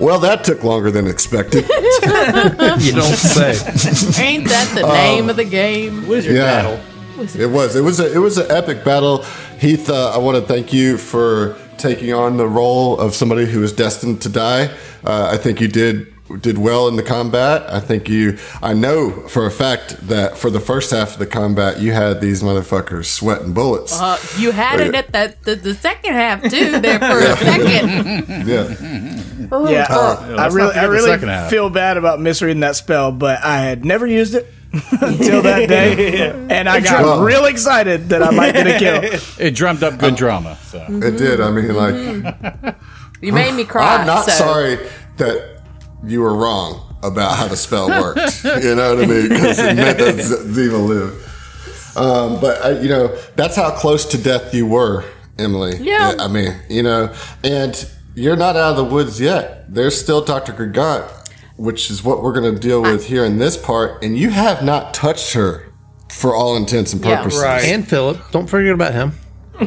Well, that took longer than expected. you don't say. Ain't that the name of the game? Wizard Yeah. battle. It was. It was a, it was an epic battle. Heath, uh, I want to thank you for taking on the role of somebody who is destined to die. Uh, I think you did did well in the combat. I think you. I know for a fact that for the first half of the combat, you had these motherfuckers sweating bullets. Uh, you had it at that the, the second half too. There for a second. Uh, Yeah, Uh, Yeah, Oh, I let's not forget really, I the really second half. feel bad about misreading that spell, but I had never used it until that day, and I got Well- real excited that I might get a kill. It drummed up good drama. So it did. I mean, like, You made me cry. I'm not so. sorry that you were wrong about how the spell worked. you know what I mean? Because it meant that Z- Ziva lived. Um, but I, you know, that's how close to death you were, Emily. Yeah. I mean, you know, and you're not out of the woods yet. There's still Dr. Gargant, which is what we're going to deal with here in this part. And you have not touched her for all intents and Yeah. purposes. Right. And Philip. Don't forget about him.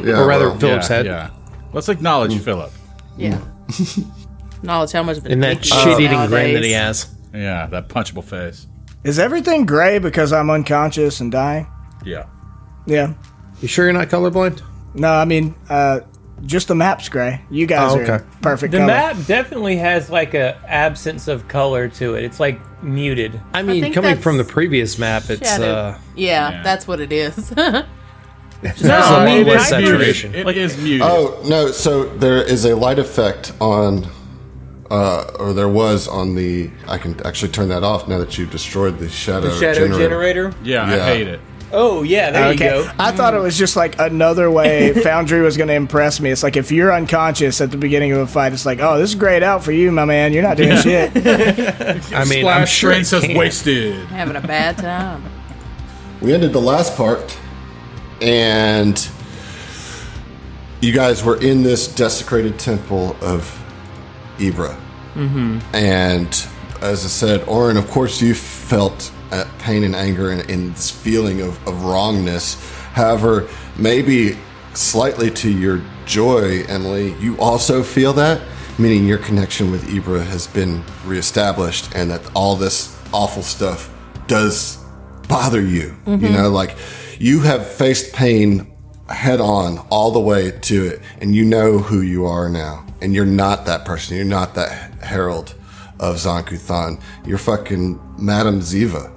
Yeah, Or rather, well, Philip's yeah, head. yeah. Let's acknowledge Philip. Yeah. Knowledge how much of an And that addiction it shit is eating grin that he nowadays. has. Yeah, that punchable face. Is everything gray because I'm unconscious and dying? Yeah. Yeah. You sure you're not colorblind? No, I mean, uh, just the map's gray. You guys Oh, are okay. in perfect. The color. map definitely has like a absence of color to it. It's like muted. I mean, think coming that's from the previous map, it's shadow. uh, Yeah, Yeah. that's what it is. No, a lot I- less I- saturation. It is muted. Oh no! So there is a light effect on, uh, or there was on the. I can actually turn that off now that you've destroyed the shadow, shadow generator. yeah, yeah. I hate it. Oh yeah, there Okay. you go. I thought it was just like another way Foundry was going to impress me. It's like if you're unconscious at the beginning of a fight, it's like, oh, this is grayed out for you, my man. You're not doing shit. I mean, I'm Flash sure it princess can. wasted. Having a bad time. We ended the last part, and you guys were in this desecrated temple of Ibra, and as I said, Orin, of course you felt uh, pain and anger and, and this feeling of, of wrongness. However, maybe slightly to your joy, Emily, you also feel that, meaning your connection with Ibra has been reestablished, and that all this awful stuff does bother you. You know, like you have faced pain head on all the way to it, and you know who you are now. And you're not that person. You're not that herald of Zankuthan. You're fucking Madam Ziva,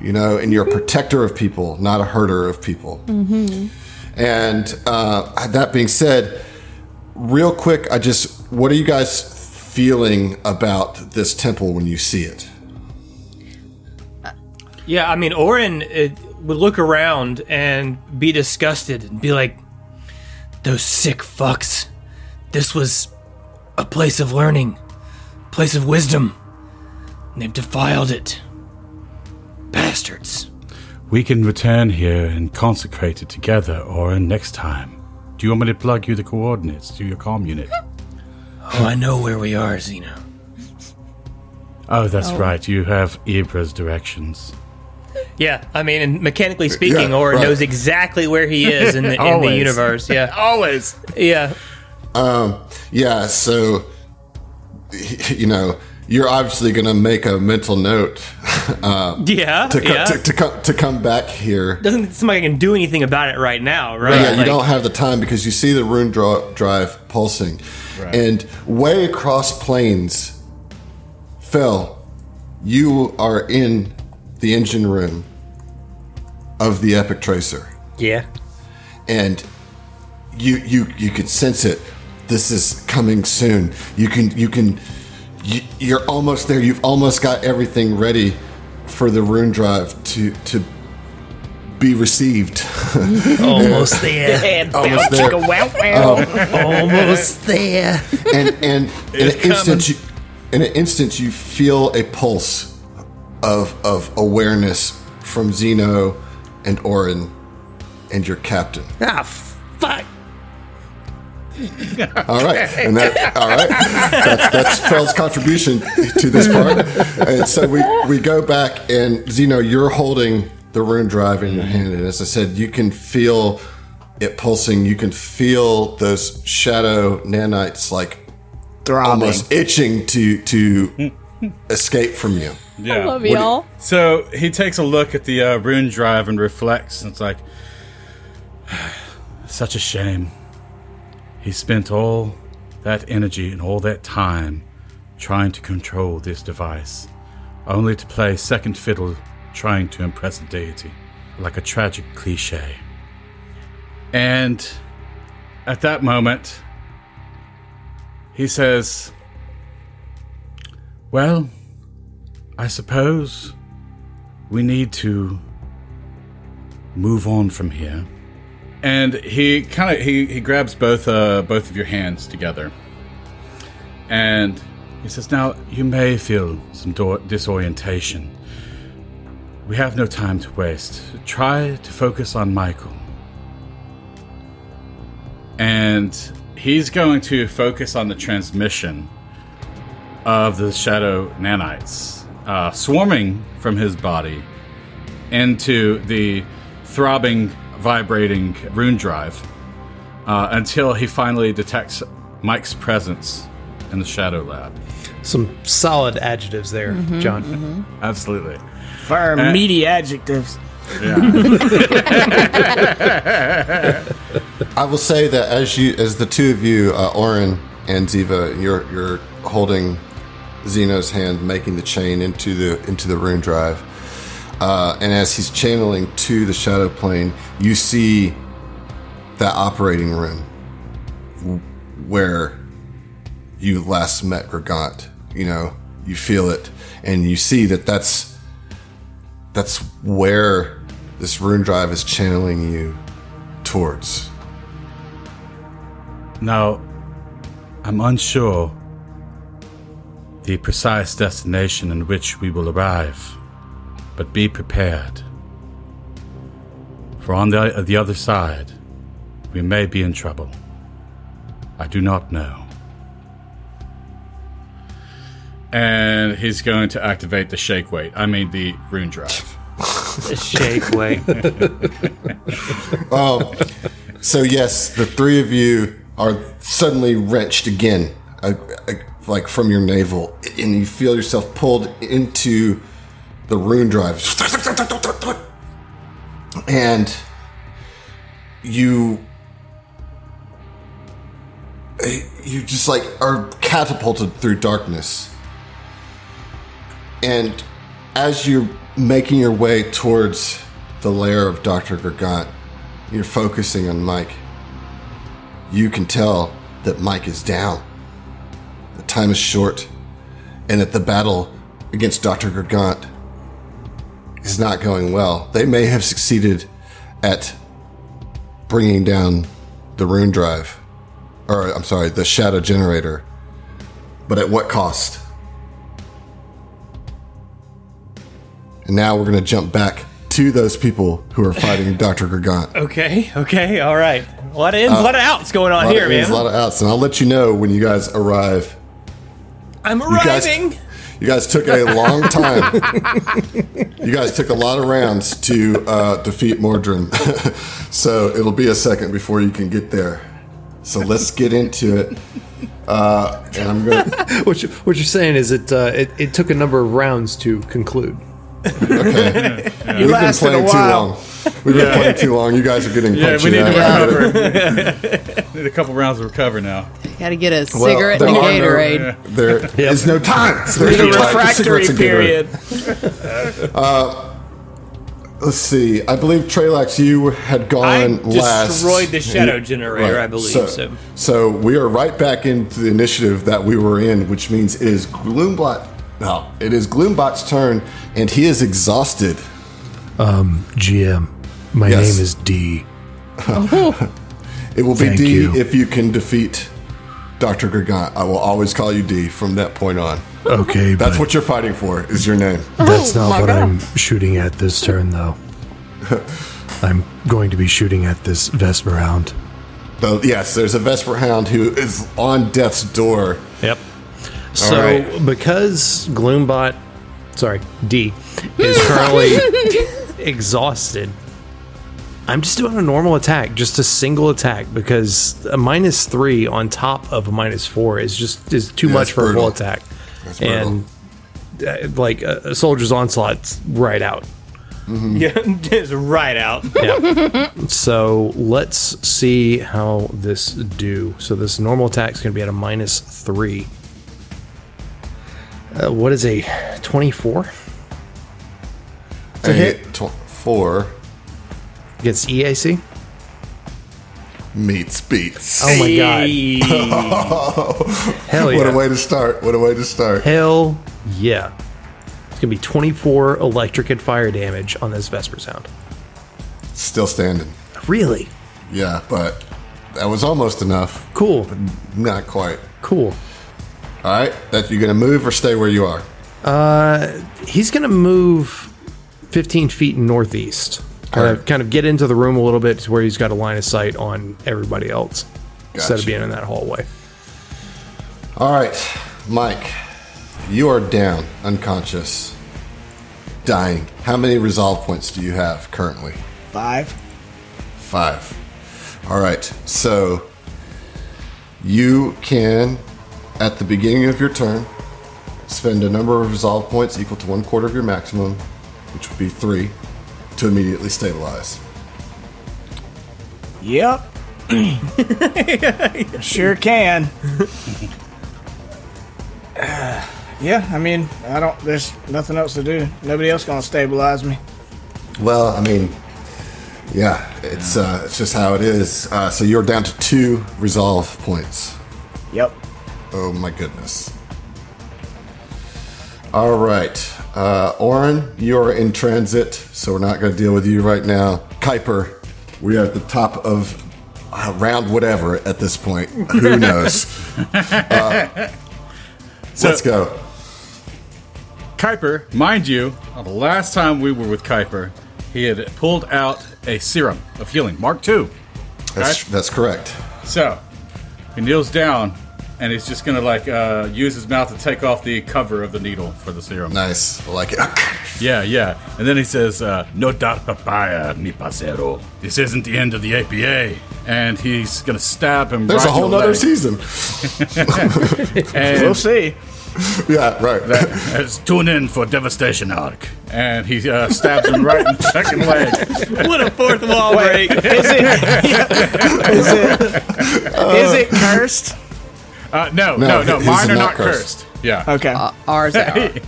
you know, and you're a protector of people, not a herder of people. And uh, that being said, real quick, I just, what are you guys feeling about this temple when you see it? Yeah, I mean, Orin uh would look around and be disgusted and be like, "Those sick fucks. This was a place of learning, place of wisdom. And they've defiled it. Bastards." We can return here and consecrate it together, or next time. Do you want me to plug you the coordinates to your comm unit? Oh, I know where we are, Xena. Oh, that's right. You have Ibra's directions. Yeah, I mean, and mechanically speaking, Yeah, Orin right. knows exactly where he is in the, in the Always. universe. Yeah, Always. yeah. Um, yeah, so, you know, you're obviously going to make a mental note uh, Yeah, to, co- yeah. to, to, co- to come back here. Doesn't somebody can do anything about it right now, right? Yeah, you Like, don't have the time because you see the rune draw- drive pulsing. And way across planes, Phil, you are in the engine room of the Epic Tracer. Yeah. and you you you can sense it. This is coming soon. You can you can you, you're almost there. You've almost got everything ready for the rune drive to to be received. Almost there. almost there. Almost there. and and in an instant, you, in an instant, you feel a pulse of of awareness from Zeno and Orin and your captain. ah, fuck. All right, and that all right. That's, that's Fell's contribution to this part. And so we we go back, and Zeno, you're holding the rune drive in your hand, and as I said, you can feel it pulsing. You can feel those shadow nanites like throbbing. almost itching to to escape from you. Yeah. Love y'all. So he takes a look at the uh, rune drive and reflects, and it's like, Such a shame. He spent all that energy and all that time trying to control this device, only to play second fiddle trying to impress a deity, like a tragic cliche. And at that moment, he says, Well, I suppose we need to move on from here. and he kind of he, he grabs both uh, both of your hands together and he says now you may feel some do- disorientation we have no time to waste try to focus on michael and he's going to focus on the transmission of the shadow nanites uh, swarming from his body into the throbbing, vibrating rune drive uh, until he finally detects Mike's presence in the Shadow Lab. Some solid adjectives there, Mm-hmm, John. Absolutely. Firm, meaty adjectives. I will say that as you, as the two of you, uh, Oren and Ziva, you're you're holding Zeno's hand, making the chain into the into the rune drive, uh, and as he's channeling to the shadow plane, you see that operating room w- where you last met Regant. You know, you feel it, and you see that that's that's where this rune drive is channeling you towards. Now, I'm unsure the precise destination in which we will arrive, but be prepared. For on the, the other side, we may be in trouble. I do not know. and he's going to activate the shake weight. I mean the rune drive. Shake weight. So yes, the three of you are suddenly wrenched again, uh, uh, like from your navel, and you feel yourself pulled into the rune drive, and you uh, you just like are catapulted through darkness, and as you're making your way towards the lair of Doctor Gargant, you're focusing on Mike. You can tell that Mike is down. The time is short, and that the battle against Dr. Gargant is not going well. They may have succeeded at bringing down the rune drive, or I'm sorry, the shadow generator, but at what cost? And now we're going to jump back to those people who are fighting Dr. Gargant. Okay, okay, all right. A lot of ins, a lot of outs going on Uh, lot here, of man. ins, a lot of outs, and I'll let you know when you guys arrive. I'm You guys, arriving. you guys took a long time. you guys took a lot of rounds to uh, defeat Mordrin, so it'll be a second before you can get there. So let's get into it. Uh, and I'm gonna. What, you, what you're saying is it, uh, it it took a number of rounds to conclude. We've been lasted a playing too while. long. We've been playing too long. You guys are getting Yeah, we punchy need to now. recover. need a couple rounds of recover now. Got to get a Well, cigarette there and a are no- Gatorade. There is no time. There's no The time for cigarettes refractory and Gatorade. period. Let's see. I believe Trelax, you had gone I last. destroyed the shadow generator, I believe, so- so we are right back into the initiative that we were in, which means it is Gloombot. No, it is Gloombot's turn, and he is exhausted. GM, Um, my Yes. name is D. It will be Thank D you. if you can defeat Doctor Gargant. I will always call you D from that point on. Okay, That's what you're fighting for. Is your name? That's Oh, my not what God. I'm shooting at this turn, though. I'm going to be shooting at this Vesper Hound. Though yes, there's a Vesper Hound who is on death's door. Yep. So, right. because Gloombot, sorry, D, is currently exhausted, I'm just doing a normal attack, just a single attack, because a minus three on top of a minus four is just is too Yeah, much that's for a brutal. full attack. That's and uh, like a, a soldier's onslaught's right out. Yeah, it's right out. Yeah. so let's see how this do. So this normal attack's going to be at a minus three. Uh, what is a twenty-four a hit. Tw- four against E EAC? meets beats. Oh my god! god. Hell Oh, yeah! What a way to start. What a way to start. Hell yeah! It's gonna be 24 electric and fire damage on this Vesper sound. Still standing. Really? Yeah, but that was almost enough. Cool. Not quite. Cool. All right, that you're gonna move or stay where you are. He's gonna move 15 feet northeast. Kind of, Alright. kind of get into the room a little bit to where he's got a line of sight on everybody else instead of Gotcha. being in that hallway. All right, Mike, you are down, unconscious, dying. How many resolve points do you have currently? Five. Five. All right, so you can, at the beginning of your turn, spend a number of resolve points equal to one quarter of your maximum, which would be three, to immediately stabilize. Yep. sure can. yeah, I mean, I don't. There's nothing else to do. Nobody else gonna stabilize me. Well, I mean, yeah, it's uh, it's just how it is. Uh, so you're down to two resolve points. Yep. Oh my goodness. All right, uh, Oren, you're in transit, so we're not going to deal with you right now. Kuiper, we are at the top of uh, round whatever at this point. Who knows? Uh, let's go. Kuiper, mind you, uh, the last time we were with Kuiper, he had pulled out a serum of healing, Mark Two. That's, that's correct. So he kneels down and he's just gonna like uh, use his mouth to take off the cover of the needle for the serum. Nice. I like it. Yeah, yeah. And then he says, uh, "No dar papaya, mi pasero. This isn't the end of the APA." And he's gonna stab him. There's right a whole in the nother leg. season. And We'll see. Yeah, right. As tune in for Devastation Arc. And he uh, stabs him right in the second leg. What a fourth wall break. Is it? is it? Is it cursed? Uh, no, No, no, no. his Mine is are not not cursed. Yeah. Okay. Uh, Ours are.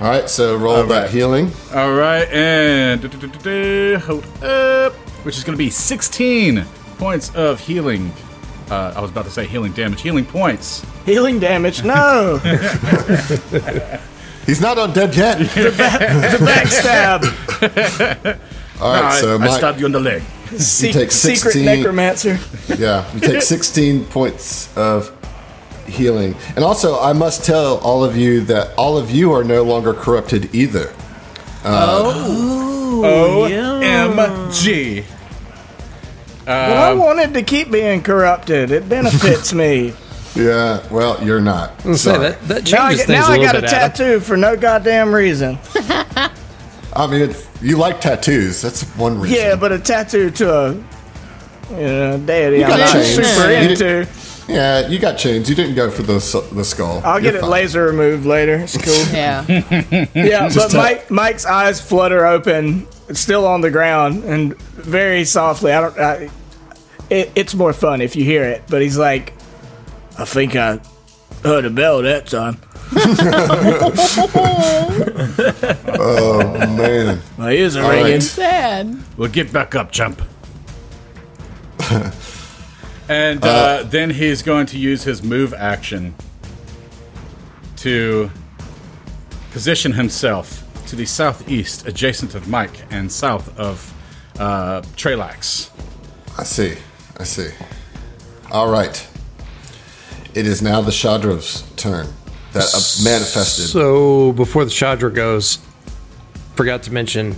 All right, so roll that healing. All right. And du-du-du-du-du, hold up, which is going to be 16 points of healing. Uh, I was about to say healing damage, healing points. Healing damage? No. He's not undead yet. Backstab. All right, I, so I Mike, stabbed you in the leg. Se- take secret 16. necromancer. yeah, you take 16 points of healing. And also, I must tell all of you that all of you are no longer corrupted either. OMG. But I wanted to keep being corrupted. It benefits me. Yeah, well, you're not. So Sorry. Mm, that, that changes now I, get, things now a I little got a bit. Adam. tattoo for no goddamn reason. I mean, it's, you like tattoos. That's one reason. Yeah, but a tattoo to a you know, deity I'm got not chains. super You did- into. Yeah, you got chains. You didn't go for the, s- the skull. I'll You're get it fine. laser removed later. It's cool. Yeah. yeah, but tell- Mike Mike's eyes flutter open, it's still on the ground, and very softly. I don't. I, it, it's more fun if you hear it. But he's like, I think I heard a bell that time. Oh, man. My ears Oh, are All ringing. right. Sad. Well, get back up, chump. and uh, then he's going to use his move action to position himself to the southeast, adjacent of Mike and south of uh, Trelax. I see. I see. All right. It is now the Shadrov's turn that uh, manifested. So before the Shadra goes, forgot to mention,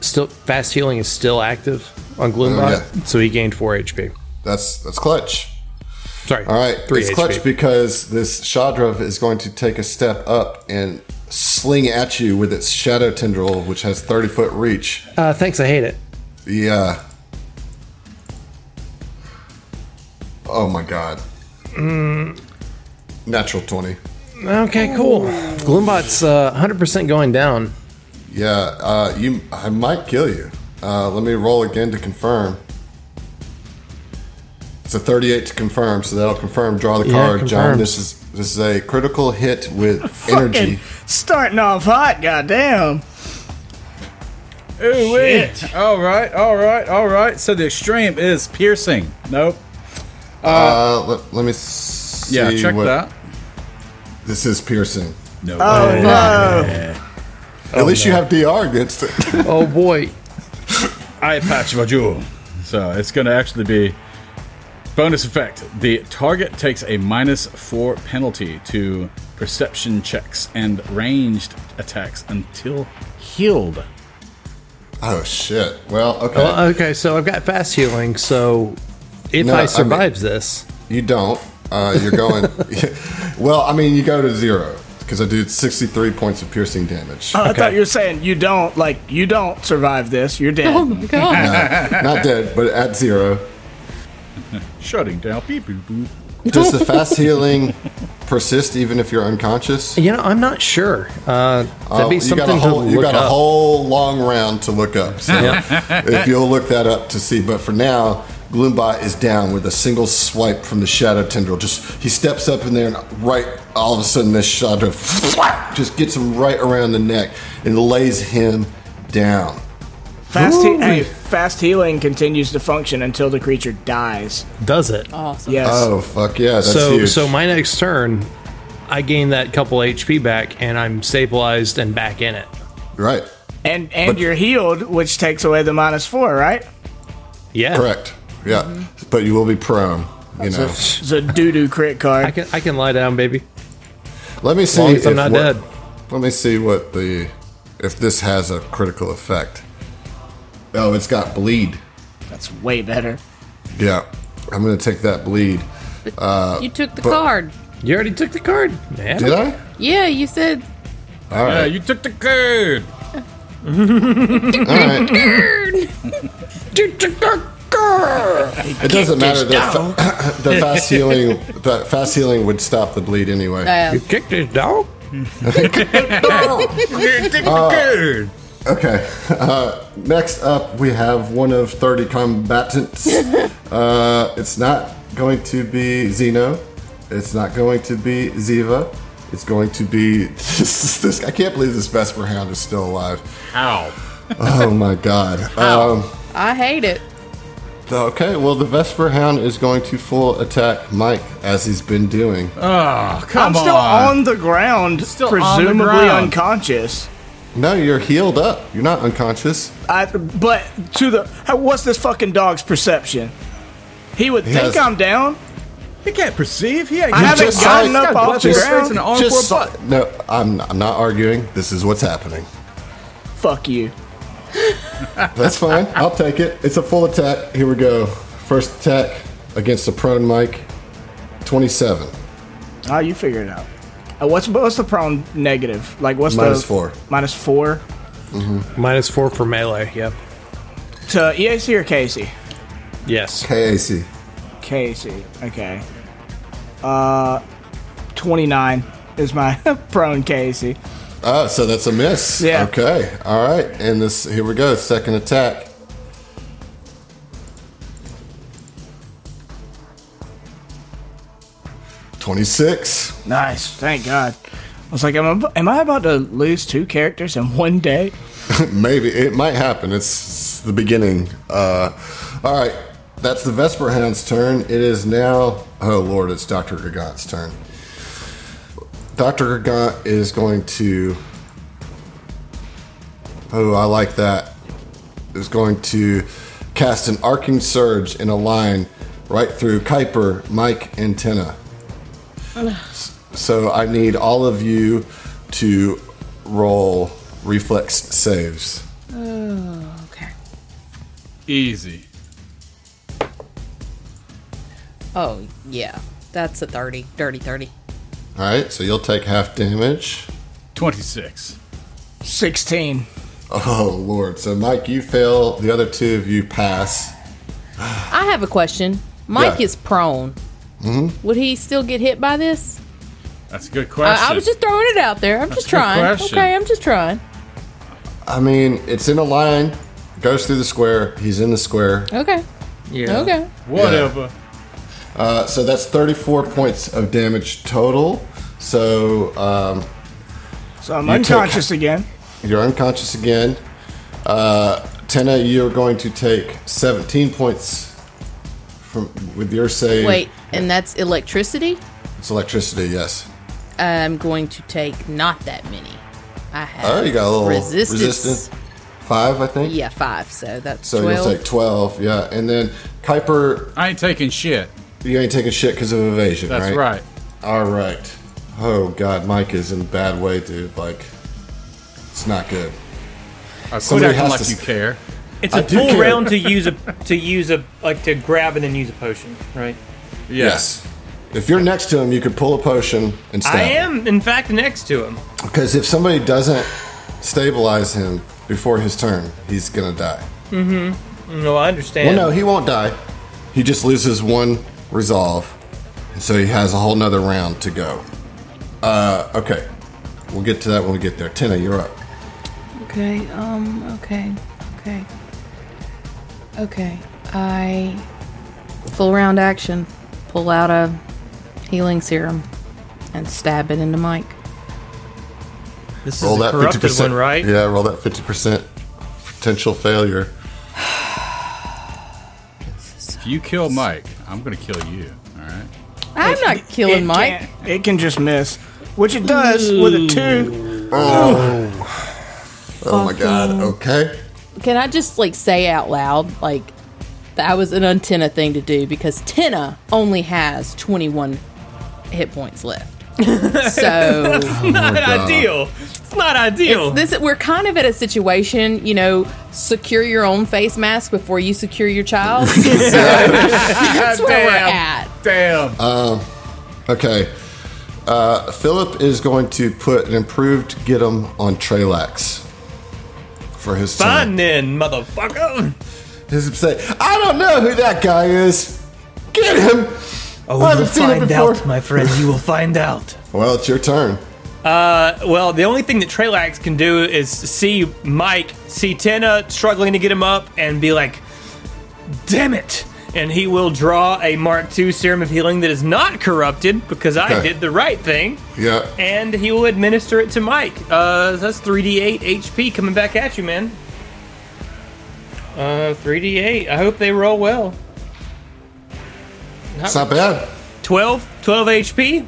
still fast healing is still active on Gloombot, Oh, yeah. so he gained four HP. That's that's clutch. Sorry, All right, three it's HP. clutch because this Shadrov is going to take a step up and sling at you with its shadow tendril, which has thirty foot reach. uh, thanks, I hate it. The uh Oh my god. Mm. Natural 20. Okay, cool. Gloombot's uh, 100% going down. Yeah, uh you I might kill you. Uh let me roll again to confirm. It's a 38 to confirm, so that'll confirm draw the Yeah, card, John. confirms. This is this is a critical hit with energy. starting off hot, goddamn. Ooh, wait. All right, all right, all right. So the extreme is piercing. Nope. Uh let, let me see Yeah, check what- that. Oh, This is piercing. No. At least you have DR against it. Oh boy. Eye patch of a jewel. So it's going to actually be bonus effect. The target takes a minus four penalty to perception checks and ranged attacks until healed. Oh shit. Well, okay. Okay, so I've got fast healing, so if No, I I mean- survive this, you don't. Uh, you're going. well, I mean, you go to zero because I do 63 points of piercing damage. I thought you were saying you don't like you don't survive this. You're dead. Oh my god. Not dead, but at zero. Shutting down. Beep, boop, boop. Does the fast healing persist even if you're unconscious? you know, I'm not sure. Uh, that'd Oh, be you something got a whole, to look you got up. a whole long round to look up. So if you'll look that up to see. But for now, Gloombot is down with a single swipe from the shadow tendril. Just he steps up in there and right all of a sudden this shadow just gets him right around the neck and lays him down. Fast, he- hey, fast healing continues to function until the creature dies. Does it? Awesome. Yes. Oh fuck yeah, that's so, huge. so my next turn, I gain that couple HP back, and I'm stabilized and back in it. right. And and you're healed, which takes away the minus four, right? Yeah, Correct. Yeah. But you will be prone, you know. It's a doo doo crit card. I can I can lie down, baby. Let me see long as I'm if not what- dead. Let me see what the if this has a critical effect. Oh, it's got bleed. That's way better. Yeah, I'm gonna take that bleed. you took the but- card. You already took the card, man. Did I? Yeah, you said All Yeah, right. you took the card. All right. It doesn't matter. The, fa- the fast healing, the fast healing would stop the bleed anyway. uh, You kicked this dog. Okay. Uh, next up, we have one of 30 combatants. Uh, it's not going to be Xeno. It's not going to be Ziva. It's going to be this. this I can't believe this Vesper Hound is still alive. Ow. Oh my god. Um, I hate it. Okay, well, the Vesper Hound is going to full attack Mike as he's been doing. Oh, come I'm still on. on the ground, Still on the presumably ground. unconscious. No, you're healed up. You're not unconscious. I, but to the how, what's this fucking dog's perception? He would think has- I'm down. He can't perceive. He ain't I haven't just gotten saw- up off the just- ground. Just so- no, I'm, I'm not arguing. This is what's happening. Fuck you. That's fine. I'll take it. It's a full attack. Here we go. First attack against the prone Mike. 27 Oh, you figure it out. Uh, what's what's the prone negative? Like what's Minus the four. Minus four Minus four for melee. Yep. to EAC or KC? Yes. KAC. KC. Okay. Uh, twenty nine is my prone KC. Oh, so that's a miss. Yeah. Okay. All right. And this here we go. Second attack. Twenty-six. Nice. Thank God. I was like, am I, am I about to lose two characters in one day? Maybe it might happen. It's the beginning. Uh, all right, that's the Vesper Hound's turn. It is now. Oh Lord, it's Doctor Gargant's turn. Doctor Gargant is going to. Oh, I like that. Is going to cast an arcing surge in a line right through Kuiper, Mike, and Tenna. So I need all of you to roll reflex saves. Okay. Easy. Oh, yeah. That's a 30. Dirty 30. All right, so you'll take half damage. 26. Sixteen. Oh lord! So Mike, you fail. The other two of you pass. I have a question. Mike Yeah. is prone. Mm-hmm. Would he still get hit by this? That's a good I- question. I, was just throwing it out there. I'm just a good trying. question. Okay, I'm just trying. I mean, it's in a line. Goes through the square. He's in the square. Okay. Yeah. Okay. whatever. Uh, so that's 34 points of damage total. So um, So I'm You take- unconscious again. You're unconscious again. Uh, Tenna, you're going to take 17 points from with your save. Wait, and that's electricity? It's electricity, yes. I'm going to take not that many. I have Oh, you got a little resistance. resistance. Five, I think. Yeah, five. So that's So 12. you'll take 12, yeah. And then Kuiper, I ain't taking shit. you ain't taking shit because of evasion, That's right. All right. Oh, God, Mike is in a bad way, dude. Like, it's not good. I quit Somebody acting has like to you s- care. It's I a do full care. round to use a to use a like to grab and then use a potion, right? Yeah. Yes. If you're next to him, you could pull a potion and stab I him. am in fact next to him. Because if somebody doesn't stabilize him before his turn, he's gonna die. No, I understand. Well, no, he won't die. He just loses one resolve, and so he has a whole nother round to go. Uh, okay, we'll get to that when we get there. Tina, you're up. Okay, um, okay, okay. Okay, I full round action, pull out a healing serum and stab it into Mike. this is the corrupted one, right? Yeah, roll that fifty percent potential failure. If you kill Mike, I'm gonna kill you. All right. I'm not killing It Mike. can't- It can just miss, which it does with a two. Oh my god. Okay. Can I just like say out loud like that was an untenna thing to do because Tenna only has 21 hit points left. so Not uh, ideal. It's not ideal. this we're kind of at a situation, you know, secure your own face mask before you secure your child. so that's where we're at. Damn. Okay. Uh, Philip is going to put an improved get him on Trelax for his turn. Fine then, motherfucker. His say, I don't know who that guy is. Get him. Oh, I haven't seen him before. my friend. You will find out. Well, it's your turn. Well, the only thing that Trelax can do is see Mike, see Tenna struggling to get him up, and be like, damn it. And he will draw a Mark II Serum of Healing that is not corrupted because I Okay. did the right thing. Yeah. And he will administer it to Mike. Uh, that's 3d8 HP coming back at you, man. Uh, 3d8. I hope they roll well. It's not bad. 12? 12 HP?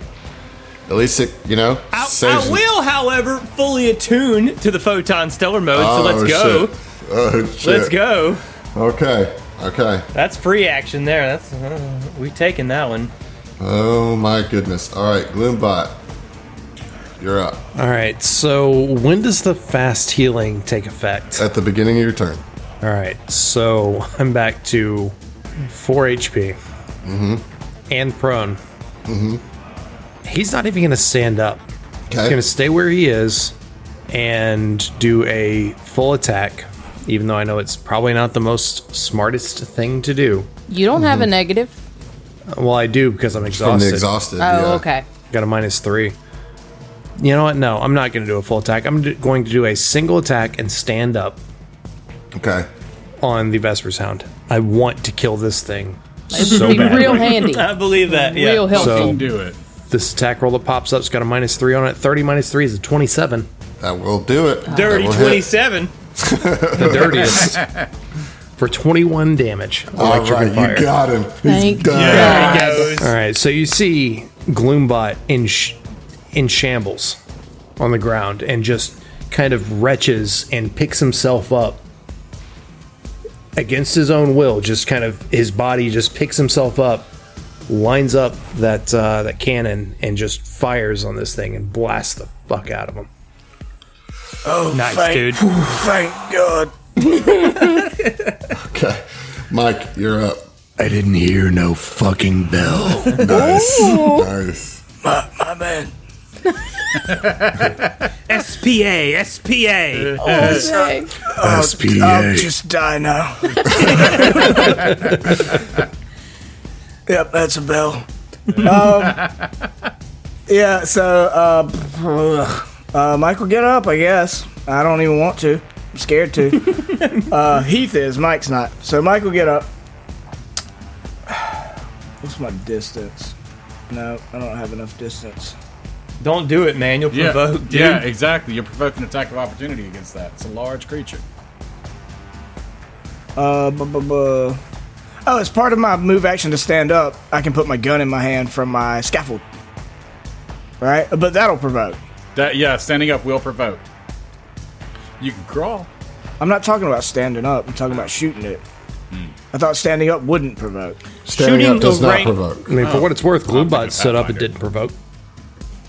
At least it, you know, I, saves I will, however, fully attune to the photon stellar mode, so Oh, let's go. shit. Oh, shit. Let's go. Okay. Okay. That's free action there. That's uh, we taking that one. Oh, my goodness. All right, Gloombot. You're up. All right. So when does the fast healing take effect? At the beginning of your turn. All right. So I'm back to four HP Mm-hmm. and prone. Mm-hmm. He's not even going to stand up. He's Okay. going to stay where he is and do a full attack. Even though I know it's probably not the most smartest thing to do. You don't Mm-hmm. have a negative. Well, I do because I'm From exhausted. the exhausted. Oh, yeah. okay. Got a minus three. You know what? No, I'm not going to do a full attack. I'm d- going to do a single attack and stand up Okay. on the Vesper's Hound. I want to kill this thing It's so be bad. real handy. I believe that. Yeah. Real helpful. So- Do it. This attack roll that pops up's got a minus three on it. Thirty minus three is a twenty-seven. That will do it. Dirty That will hit. twenty-seven. The dirtiest for twenty-one damage. All Electric right, and fire. you got him. He's Thank done. There he goes. All right, so you see Gloombot in sh- in shambles on the ground and just kind of retches and picks himself up against his own will. Just kind of his body just picks himself up, lines up that uh, that cannon and just fires on this thing and blasts the fuck out of him. Oh, Nice, Thank- dude. Thank God. Okay. Mike, you're up. I didn't hear no fucking bell. Nice. nice. My, my man. SPA, SPA. Okay. I'll SPA. oh, just die now. yep, that's a bell. Um, yeah, so, uh, ugh. uh, Michael, get up, I guess. I don't even want to. I'm scared to. uh, Heath is, Mike's not. So, Michael, get up. What's my distance? No, I don't have enough distance. Don't do it, man. You'll Yeah, provoke, dude. yeah, exactly. You're provoking an attack of opportunity against that. It's a large creature. Uh, bu- bu- bu- Oh, as part of my move action to stand up, I can put my gun in my hand from my scaffold. Right? But that'll provoke. That yeah, standing up will provoke. You can crawl. I'm not talking about standing up, I'm talking about shooting it. I thought standing up wouldn't provoke. Standing Shooting up does the not rank- provoke. I mean, for what it's worth, thinking Gloombot stood up and Pathfinder. didn't provoke.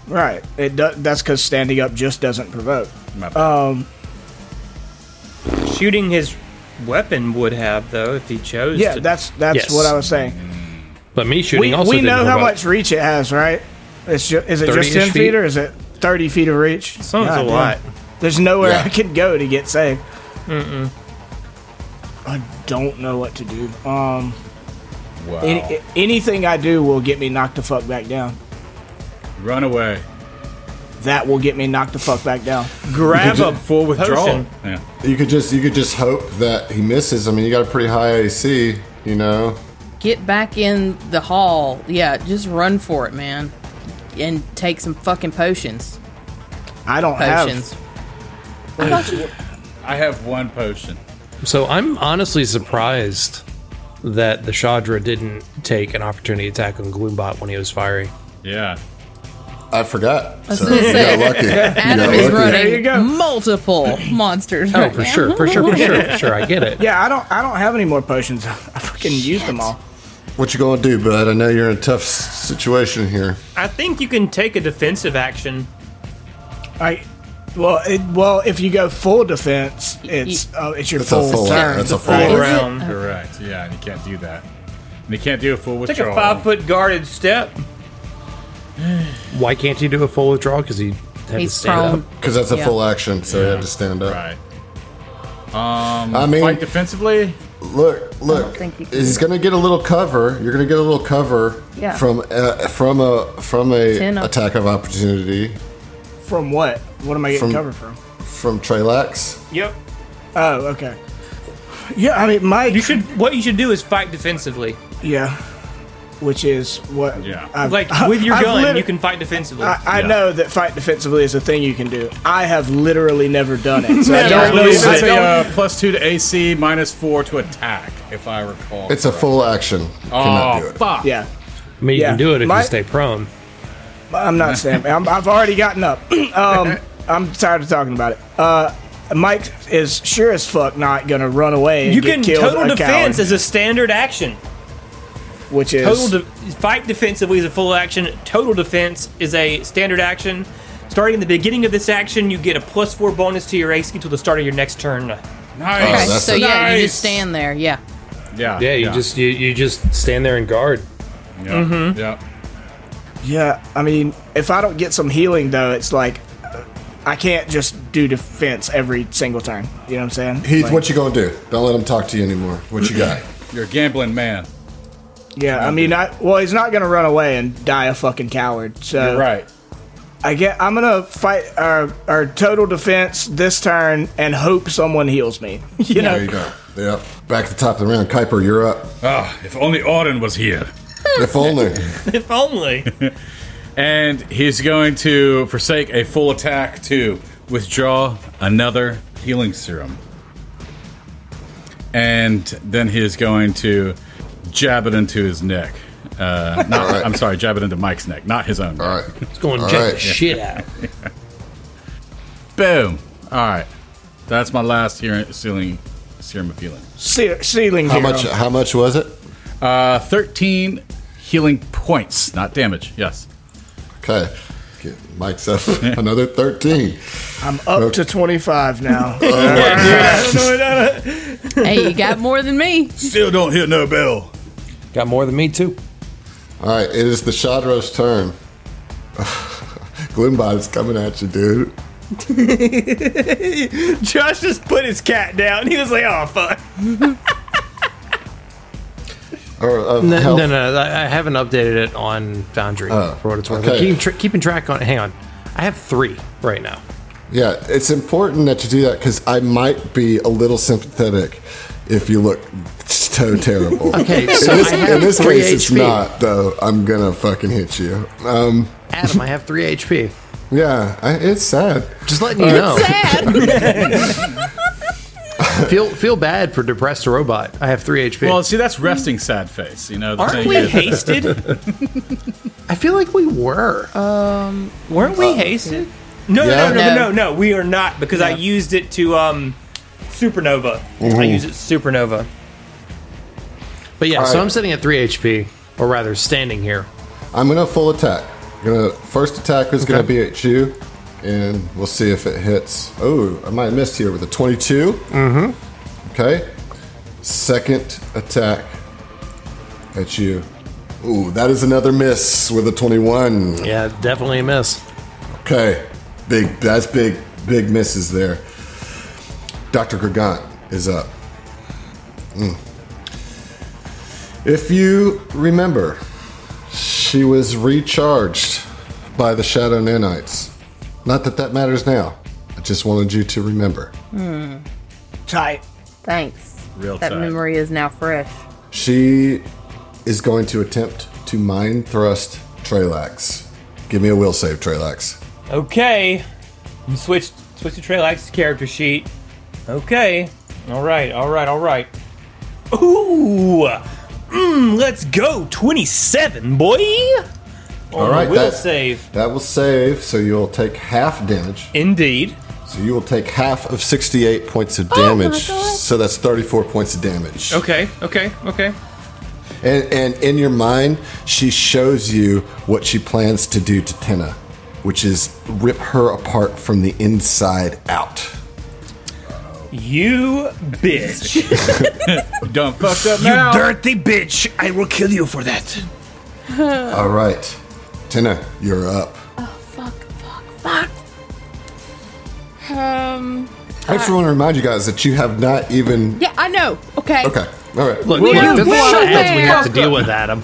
Right. It do- that's because standing up just doesn't provoke. My bad. Shooting his weapon would have, though, if he chose Yeah, to. that's that's Yes. what I was saying. But me shooting We, also we didn't know how provoke. much reach it has, right? It's ju- is it just 30-ish 10 feet? feet? or is it 30 feet of reach? Sounds a God damn. lot. There's nowhere Yeah. I could go to get saved. I don't know what to do. Um, wow. any, anything I do will get me knocked the fuck back down. Run away. That will get me knocked the fuck back down. Grab a Full withdrawal. potion. Yeah. You could just you could just hope that he misses. I mean, you got a pretty high AC, you know. Get back in the hall. Yeah, just run for it, man. And take some fucking potions. I don't Potions. I have one potion. So I'm honestly surprised that the Shadra didn't take an opportunity attack on Gloombot when he was fiery. Yeah. I forgot. So gonna you say, got lucky. You Adam got is lucky. running you go. multiple monsters. Oh, right for now. sure, for sure, for sure, for sure. I get it. have. Yeah, I don't. I don't have any more potions. I fucking used them all. What you gonna do, bud? I know you're in a tough s- situation here. I think you can take a defensive action. I. Well, it, well, if you go full defense, it's uh, it's your That's a full, full- turn. that's a Full full- round. Around. Correct. Yeah, and you can't do that. And you can't do a full Take withdrawal. a five foot guarded step. Why can't he do a full withdrawal? Because he had He's to stand prone. up. Because that's a Yeah. full action, so you have to stand up. Right. I mean, Fight defensively. look, look. think you can He's gonna get a little cover. You're gonna get a little cover Yeah. from uh, from a from Ten a up. attack of opportunity From what? What am I getting From- covered from? from Trelax. Yep. Oh, okay. Yeah, I mean, Mike. You should. What you should do is fight defensively. Yeah. Which is what? Yeah. I've- Like with your I've gun, lit- you can fight defensively. I, I Yeah. know that fight defensively is a thing you can do. I have literally never done it, so I Yeah, don't no, really. it's I a, don't- uh, plus two to AC, minus four to attack, if I recall. It's a full action. You Cannot do Oh it. fuck! yeah, I mean, you Yeah. can do it if My- you stay prone. I'm not Sam. I'm, I've already gotten up. um, I'm tired of talking about it. Uh, Mike is sure as fuck not gonna run away. And you get can killed total a defense coward, as a standard action. which is Total de- fight defensively is a full action. Total defense is a standard action. Starting in the beginning of this action, you get a plus four bonus to your AC until the start of your next turn. Nice. Oh, that's So a- yeah, you Nice. just stand there. Yeah. Yeah. Yeah, you just you, you just stand there and guard. Yeah. yeah. yeah. I mean, if I don't get some healing though, it's like I can't just do defense every single turn. You know what I'm saying? Heath, Like, what you gonna do? Don't let him talk to you anymore. What you got? You're a gambling man. Yeah, I mean, I, well, he's not gonna run away and die a fucking coward. So You're right. I get. I'm gonna fight our our total defense this turn and hope someone heals me. You know, There you go. Yep. Back to the top of the round. Kuiper, you're up. Ah, if only Auden was here. If only. If only. And he's going to forsake a full attack to withdraw another healing serum. And then he is going to jab it into his neck. Uh, not, right. I'm sorry, jab it into Mike's neck, not his own. All right. It's going to All check right. the shit out. Boom. All right. That's my last hearing, sealing, serum of healing. Ce- ceiling How hero. much? How much was it? Uh, 13 healing points, not damage. Yes. Okay. Get Mike's up another thirteen. I'm up uh, to 25 now. Hey, you got more than me. Still don't hear no bell. Got more than me too. All right. It is the Shadro's turn. Gloombot's coming at you, dude. Josh just put his cat down. He was like, "Oh fuck." Or, uh, No, health. no, no. Oh, I I haven't updated it on Foundry for what it's worth. okay. Keep tr- keeping track on. Hang on, I have three right now. Yeah, it's important that you do that because I might be a little sympathetic if you look so terrible. Okay, so in this, I have in this three case, it's HP. not though. I'm gonna fucking hit you. Um, Adam, I have three HP. yeah, I, it's sad. Just letting you know. feel feel bad for depressed robot. I have three HP. Well, see, that's resting sad face. You know, the Aren't thing we is- hasted? I feel like we were. Weren't we hasted? No, Uh, Yeah. no, no, no, No. no, no. We are not because I used it to um, supernova. I used it supernova. but yeah, Alright. so I'm sitting at three HP, or rather, standing here. I'm gonna full attack. Gonna first attack is gonna be at you, and we'll see if it hits. Oh, I might have missed here with a 22. Mm-hmm. Okay. Second attack at you. Ooh, that is another miss with a 21. Yeah, definitely a miss. Okay, big. That's big. Big misses there. Doctor Gargant is up. Mm. If you remember, she was recharged by the Shadow Nanites. Not that that matters now. I just wanted you to remember. Tight. Thanks. Real that tight. memory is now fresh. She is going to attempt to mind thrust Trelax. Give me a will save, Trelax. Okay. Switch switch to Trailax's character sheet. Okay. Alright, alright, alright. Ooh! Mmm, let's go! 27, boy! All right, Oh, Will that- save. That will save, so you'll take half damage. Indeed. So you will take half of 68 points of Oh damage. so that's 34 points of damage. Okay, okay, okay. And, and in your mind, she shows you what she plans to do to Tenna, which is rip her apart from the inside out. You bitch. Dumb fucked up now. dirty bitch! I will kill you for that. All right. Tenna, you're up. Fuck, fuck, fuck. Um. I just want to remind you guys that you have not even. Yeah, I know. Okay. Okay. All right. Look, Will look, you there's a lot of will heads we have to there? deal with, Adam.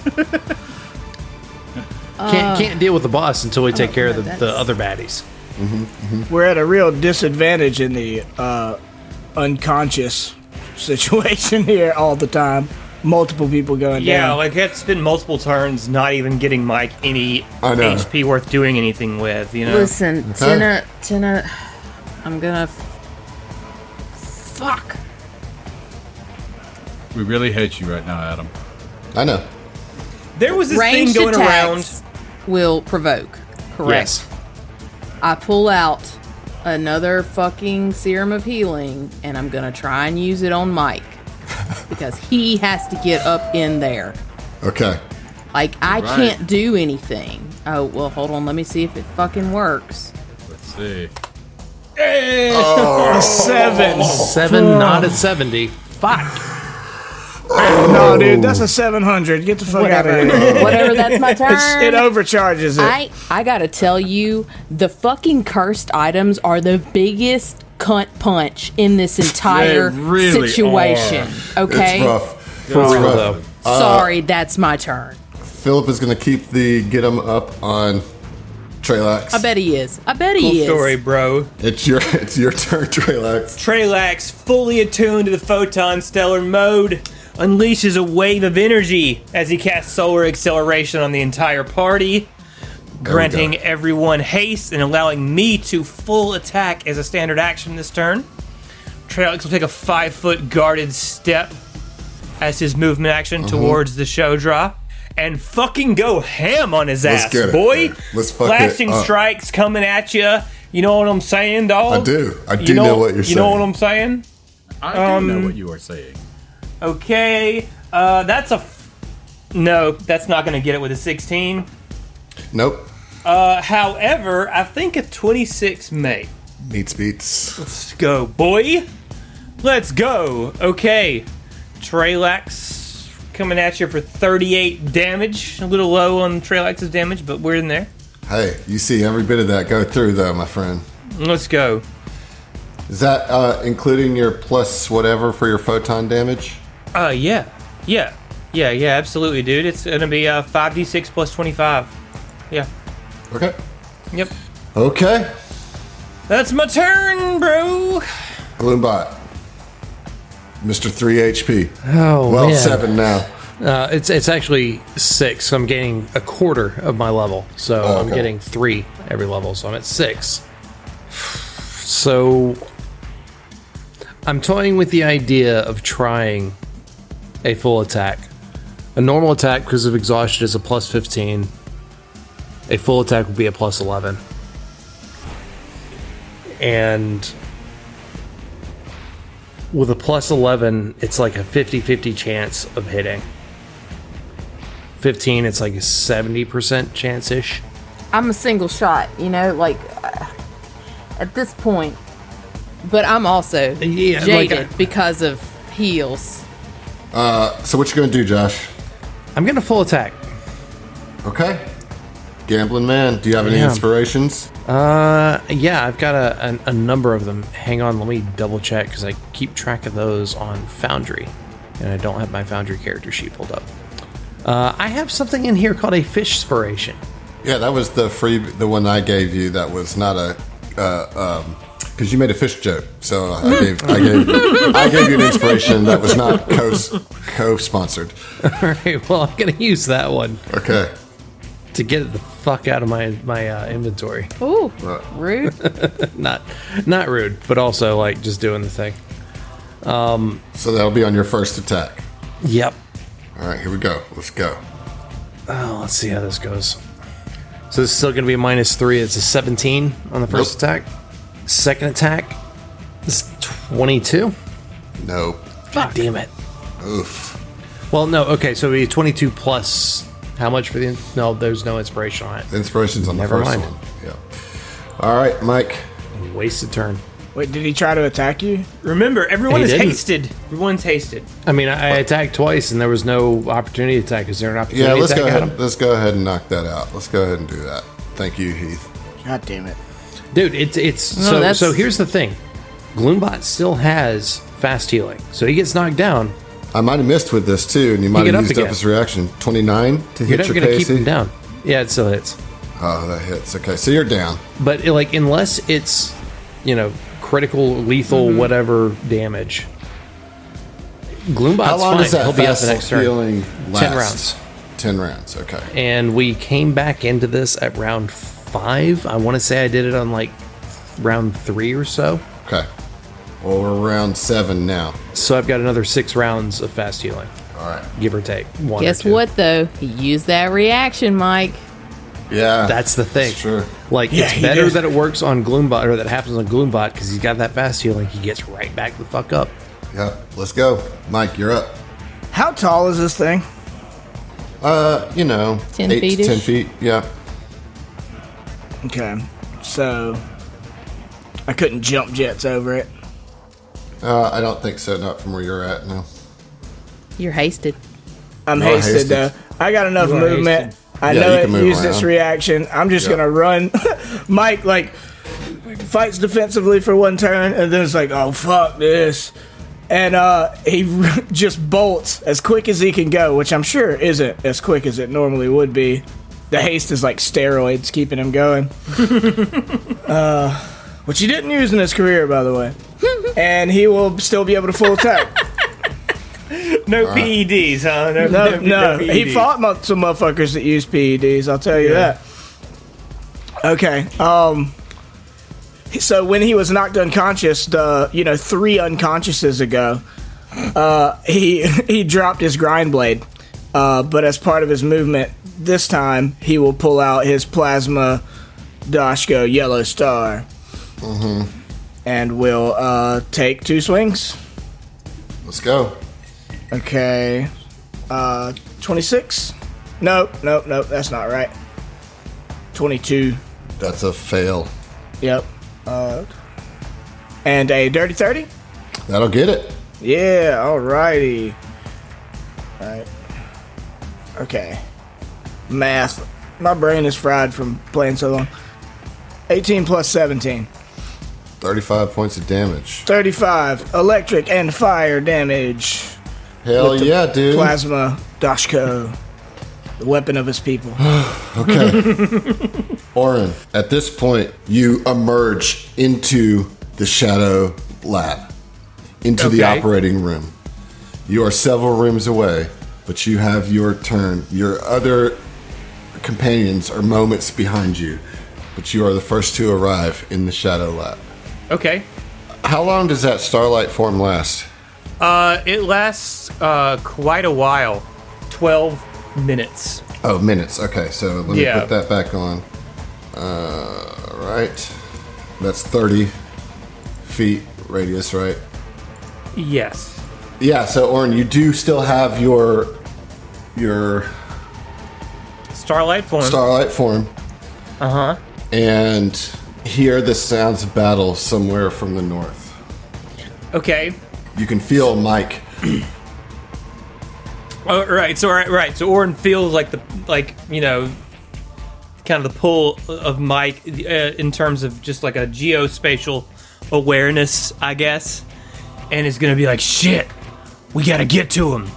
can't can't deal with the boss until we take care of the, that's- the other baddies. We're at a real disadvantage in the uh, unconscious situation here all the time. Multiple people going Yeah, down. like that's been multiple turns not even getting Mike any I know. HP worth doing anything with, you know? Listen, Okay. Tina, Tina, I'm gonna. f- Fuck. we really hate you right now, Adam. I know. There was this Ranged thing going attacks will provoke. Correct. Yes. I pull out another fucking serum of healing, and I'm gonna try and use it on Mike because he has to get up in there. Okay. Like I Right. can't do anything. Oh well, hold on. Let me see if it fucking works. Let's see. Seven. Seven, not at 70. Fuck. No, dude, that's a 700. Get the fuck out of here. Whatever. That's my turn. It's, it overcharges it. I I gotta tell you, the fucking cursed items are the biggest cunt punch in this entire really situation. Okay, It's rough. For real, though. sorry, that's my turn. Philip is going to keep the get him up on Trelax. I bet he is. I bet around. he Cool is. story, bro. It's your it's your turn, Trelax. Trelax, fully attuned to the photon stellar mode, unleashes a wave of energy as he casts solar acceleration on the entire party, granting everyone haste and allowing me to full attack as a standard action this turn. Trelax will take a five foot guarded step as his movement action Mm-hmm. towards the Shodra. And fucking go ham on his Let's ass, get it, boy! man. Let's fuck it Flashing up. strikes coming at you. You know what I'm saying, dog? I do. I do know what you're you saying. know what I'm saying? I do know what you are saying. Okay, uh, that's a. F- no, that's not going to get it with a 16. Nope. Uh, however, I think a 26 may. Beats beats. Let's go, boy. Let's go. Okay, Trelax coming at you for 38 damage. A little low on Trelax's damage, but we're in there. Hey, you see every bit of that go through, though, my friend. Let's go. Is that uh, including your plus whatever for your photon damage? Uh, yeah, yeah, yeah, yeah. Absolutely, dude. It's gonna be uh five d six plus twenty five. Yeah. Okay. Yep. Okay. That's my turn, bro. Gloombot. Mr. 3 HP. Oh, well, man. 7 now. Uh, it's it's actually six. So I'm gaining a quarter of my level. So Oh, I'm okay. getting three every level. So I'm at six. So I'm toying with the idea of trying a full attack. A normal attack because of exhaustion is a plus fifteen. A full attack would be a plus eleven. And with a plus 11 it's like a 50-50 chance of hitting 15 it's like a 70% chance ish I'm a single shot, you know, like uh, at this point. But I'm also Yeah, like, jaded uh, because of heals. So, what you going to do, Josh? i'm gonna full attack Okay. Gambling man, do you have any Yeah. inspirations? uh yeah i've got a, a, a number of them hang on let me double check because i keep track of those on foundry and i don't have my foundry character sheet pulled up uh, i have something in here called a fish spiration Yeah, that was the free, the one I gave you. That was not a, uh, um, because you made a fish joke. So I gave, I gave, I gave you an inspiration that was not co, co-sponsored. all right well i'm gonna use that one Okay. to get it the fuck out of my my uh, inventory Ooh, Uh, rude. not not rude but also like just doing the thing So that'll be on your first attack. yep All right, here we go. Let's go. Oh, let's see how this goes. So this is still going to be a minus three. It's a 17 on the first attack. Second attack is 22. Nope. God damn it. Oof. Well, no, okay, so it'd be 22 plus how much for the. No, there's no inspiration on it. Inspirations on the Never first mind. one. Yeah. All right, Mike. Wasted turn. Wait, did he try to attack you? Remember, everyone He is didn't. hasted. Everyone's hasted. I mean, I, I attacked twice and there was no opportunity attack. Is there an opportunity Yeah, let's attack? go at ahead. him? Let's go ahead and knock that out. Let's go ahead and do that. Thank you, Heath. God damn it. Dude, it's. it's so, that's- so here's the thing Gloombot still has fast healing. So he gets knocked down. I might have missed with this too, and you might have it up used up again. his reaction. Twenty nine to hit You're never your going to keep him KC. down. Yeah, it still hits. Oh, that hits. Okay, so you're down. but it, like unless it's you know critical lethal Mm-hmm. whatever damage gloombot's How long fine does that he'll be up fast the next turn healing last? 10 rounds Ten rounds. Okay. and we came back into this at round five i want to say i did it on like round three or so Okay. Well, we're round seven now. so i've got another six rounds of fast healing All right. give or take one or Guess two. what though? He used that reaction, Mike. Yeah. that's the thing true. like Yeah, it's he better did. that it works on gloombot or that happens on gloombot because he's got that fast healing he gets right back the fuck up Yep. Let's go, Mike. You're up. How tall is this thing? Uh, you know, 10 eight to feet-ish? ten feet. Yeah. Okay, so I couldn't jump jets over it. Uh, I don't think so. Not from where you're at. No. You're hasted. I'm No, hasted, hasted. though. I got enough You are movement. hasted. I Yeah, know you it can move used its around. reaction. I'm just Yeah. gonna run. Mike like fights defensively for one turn, and then it's like, oh fuck this, and uh, he just bolts as quick as he can go, which I'm sure isn't as quick as it normally would be. The haste is like steroids keeping him going, uh, which he didn't use in his career, by the way. And he will still be able to full attack. No PEDs, huh? No, E No, no. He PEDs. fought mo- some motherfuckers that use PEDs. I'll tell you that. Okay. Um. So when he was knocked unconscious, the you know three unconsciouses ago, uh, he he dropped his grind blade, uh, but as part of his movement this time, he will pull out his plasma Dashko Yellow Star, and will uh, take two swings. Let's go. Okay. Uh, 26? Nope, nope, nope. That's not right. 22. That's a fail. Yep. Uh, and a dirty 30? That'll get it. Yeah, alrighty. Alright. Okay. Math My brain is fried from playing so long. 18 plus 17. 35 points of damage. 35 electric and fire damage. Hell With the yeah, dude. Plasma Dashko. The weapon of his people. Okay. Orin, at this point, you emerge into the shadow lab, into the Okay. operating room. You are several rooms away, but you have your turn. Your other companions are moments behind you, but you are the first to arrive in the shadow lab. Okay. How long does that starlight form last? Uh, it lasts uh, quite a while 12 minutes. Oh, minutes. Okay, so let me Yeah. put that back on. Uh, right. That's 30 feet radius, right? Yes. Yeah, so Orin, you do still have your your Starlight form. starlight form. Uh-huh. And hear the sounds of battle somewhere from the north. okay. You can feel Mike. Oh, right. So right, right. So Orin feels like the like you know, kind of the pull of Mike uh, in terms of just like a geospatial awareness, I guess, and is going to be like, "Shit, we got to get to him."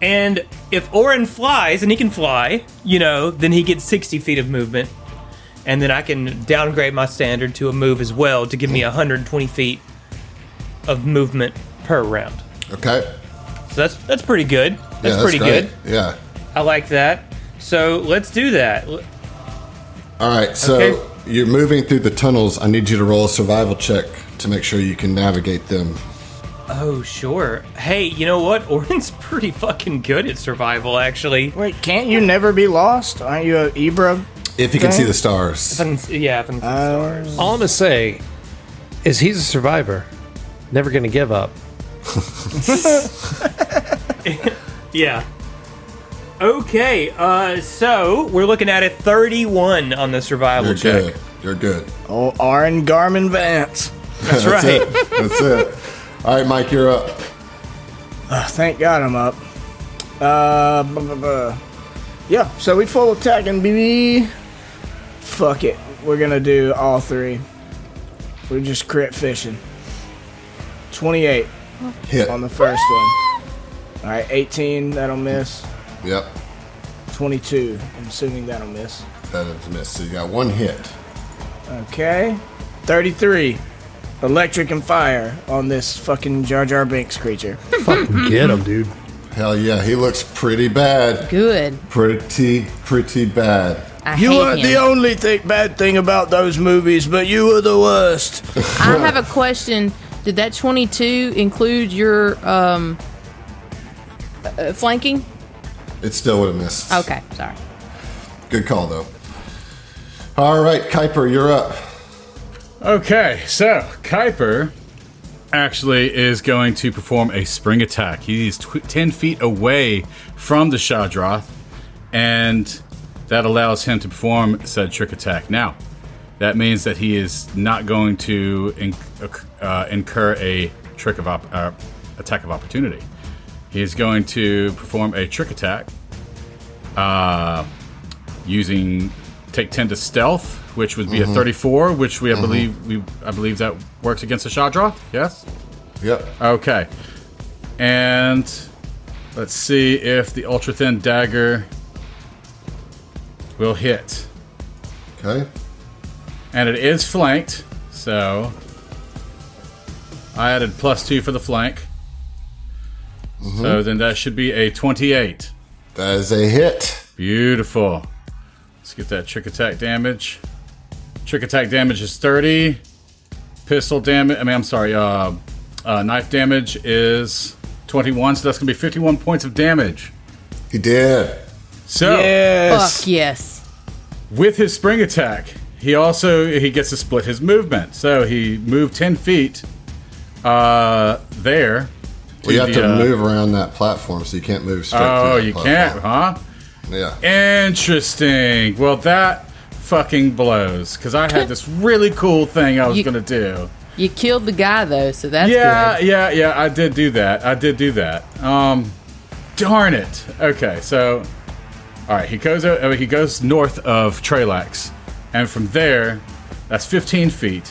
And if Orin flies and he can fly, you know, then he gets sixty feet of movement, and then I can downgrade my standard to a move as well to give me hundred and twenty feet of movement per round. Okay. So that's that's pretty good. That's, yeah, that's pretty great. good. Yeah. I like that. So let's do that. L- All right. So Okay. you're moving through the tunnels. I need you to roll a survival check to make sure you can navigate them. Oh, sure. Hey, you know what? Orin's pretty fucking good at survival, actually. Wait, can't you never be lost? Aren't you a Ibra? If you can Okay. see the stars. Fucking- Yeah, Uh, fucking stars. All I'm gonna say is he's a survivor, never gonna give up. Yeah. Okay, uh, so we're looking at a 31 on the survival You're check. good. You're good. Oh, Arn Garmin Vance. That's, right. It. That's it. All right, Mike, you're up. Ah, thank God I'm up. Uh, buh, buh, buh. yeah, so we full attacking, BB. Fuck it. We're gonna do all three. We're just crit fishing. 28 Hit. on the first one. Alright, 18, that'll miss. Yep. 22, I'm assuming that'll miss. That is a miss. So you got one hit. Okay. 33. Electric and fire on this fucking Jar Jar Binks creature. Get him, dude. Hell yeah, he looks pretty bad. Good. Pretty, pretty bad. I You hate are him. the only thi- bad thing about those movies, but you are the worst. I have a question. Did that 22 include your um, uh, flanking? It still would have missed. Okay, sorry. Good call, though. All right, Kuiper, you're up. Okay, so Kuiper actually is going to perform a spring attack. He is tw- 10 feet away from the Shadroth, and that allows him to perform said trick attack. Now, that means that he is not going to inc- uh, incur a trick of op- uh, attack of opportunity. He is going to perform a trick attack uh, using take ten to stealth, which would be a thirty-four, which we I believe we I believe that works against a shot draw. Yes. Yep. Okay. And let's see if the ultra thin dagger will hit, Okay. and it is flanked, so I added plus two for the flank. So then that should be a twenty-eight. That is a hit. Beautiful. Let's get that trick attack damage. Trick attack damage is 30. Pistol damage, I mean, I'm sorry, uh, uh, knife damage is 21, so that's going to be 51 points of damage. He did. So, Yes. Fuck yes. with his spring attack, he also he gets to split his movement. So he moved 10 feet uh, there. Well, you have the, to uh, move around that platform, so you can't move straight. through Oh, that you can't, platform. huh? Yeah. Interesting. Well, that fucking blows because I had this really cool thing I was You- going to do. You killed the guy though, so that's Yeah, good. yeah, yeah. I did do that. I did do that. Um, darn it. Okay, so All right, he goes. o- I mean, he goes north of Trelax, and from there, that's 15 feet.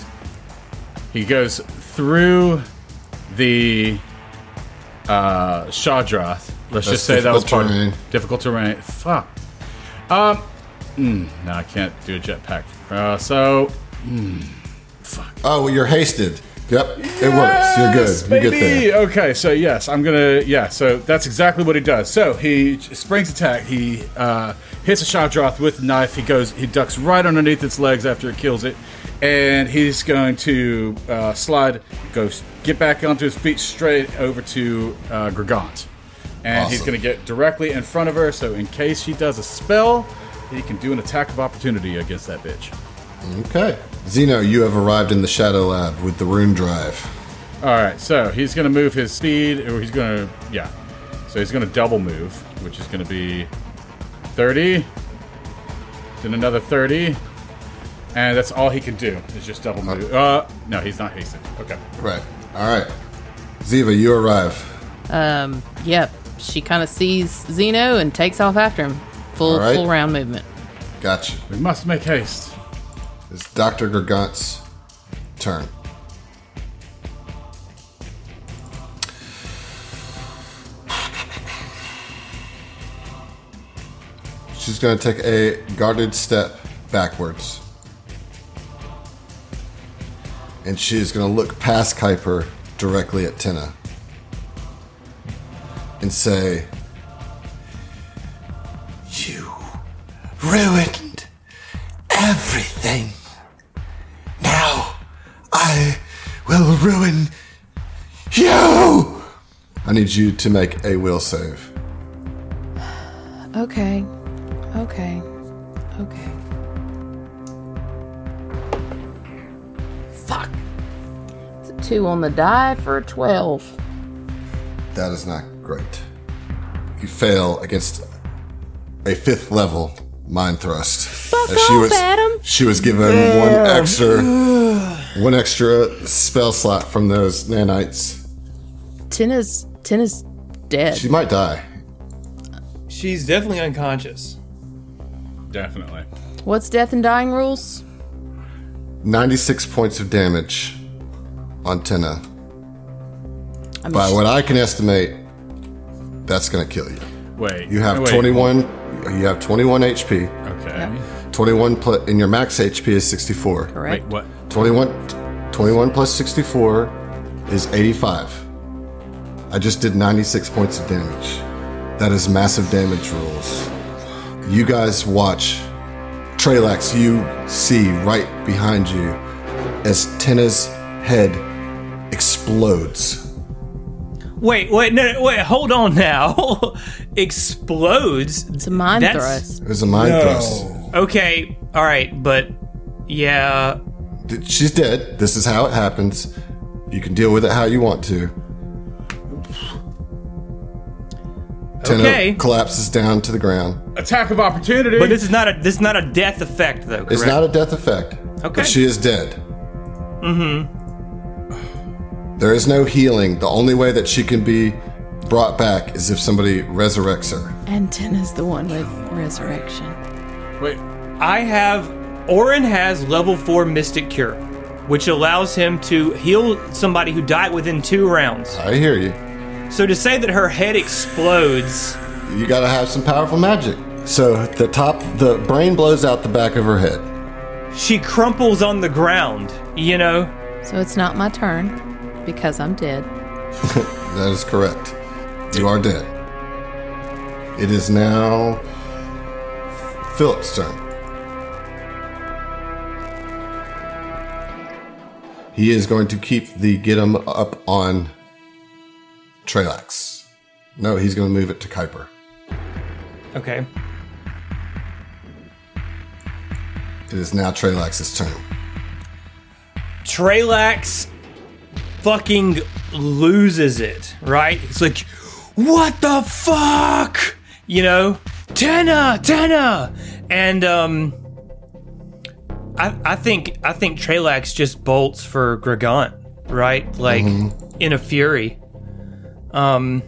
He goes through the uh, Shadroth. Let's That's just say that was difficult part terrain. of difficult terrain. Fuck. Um, mm, no, I can't do a jetpack. Uh, so Oh, you're hasted. Yep, it works. You're good. Yes, You get baby! there. Okay, so yes, I'm gonna. Yeah, so that's exactly what he does. So he springs attack. He uh, hits a Shadroth with knife. He goes. He ducks right underneath its legs after it kills it, and he's going to uh, slide. Go s- get back onto his feet straight over to uh, Gregant, and he's Awesome. going to get directly in front of her. So in case she does a spell, he can do an attack of opportunity against that bitch. Okay. Zeno, you have arrived in the Shadow Lab with the rune drive. All right, so he's going to move his speed, or he's going to, yeah. So he's going to double move, which is going to be 30, then another 30, and that's all he can do is just double move. Uh, no, he's not hasted. Okay. Right. All right. Ziva, you arrive. Um, yep. She kind of sees Zeno and takes off after him. Full All right. full round movement. Gotcha. We must make haste. It's Dr. Gargant's turn. She's going to take a guarded step backwards. And she's going to look past Kuiper directly at Tina and say, You ruined everything. Now I will ruin you. I need you to make a will save. Okay. Okay. Okay. Fuck. It's a two on the die for a 12. That is not great. You fail against a fifth level mind thrust. Fuck she off, was, Adam. She was given one extra, one extra spell slot from those nanites. Tina's Tina's dead. She might die. She's definitely unconscious. Definitely. What's death and dying rules? Ninety-six points of damage on Tina. I mean, By she- what I can estimate, that's going to kill you. Wait. Oh, You have wait. 21. You have 21 HP. Okay. 21 plus, and your max HP is 64. Wait, correct. what? 21, 21 plus 64 is 85. I just did 96 points of damage. That is massive damage rules. You guys watch. Trelax, you see right behind you as Tenna's head explodes. Wait, wait, no, no, wait, hold on now. Explodes. It's a mind That's- thrust. It was a mind thrust. Okay, all right, but yeah, Th- She's dead. This is how it happens. You can deal with it how you want to. Tenna Okay. collapses down to the ground. Attack of opportunity. but this is not a this is not a death effect though. Correct? It's not a death effect. Okay. But she is dead. Mm-hmm. There is no healing. The only way that she can be brought back is if somebody resurrects her. And Tina's the one with resurrection. wait. I have Orin has level 4 mystic cure, which allows him to heal somebody who died within 2 rounds. I hear you. So to say that her head explodes, You gotta have some powerful magic. So the top, the brain blows out the back of her head. she crumples on the ground, you know? So it's not my turn because I'm dead. That is correct. You are dead. It is now Philip's turn. He is going to keep the get him up on Trelax. No, he's going to move it to Kuiper. Okay. It is now Trelax's turn. Trelax fucking loses it, right? It's like, what the fuck? You know, Tenna, Tenna, and um, I, I think I think Trelax just bolts for Gregant, right? Like in a fury. Um,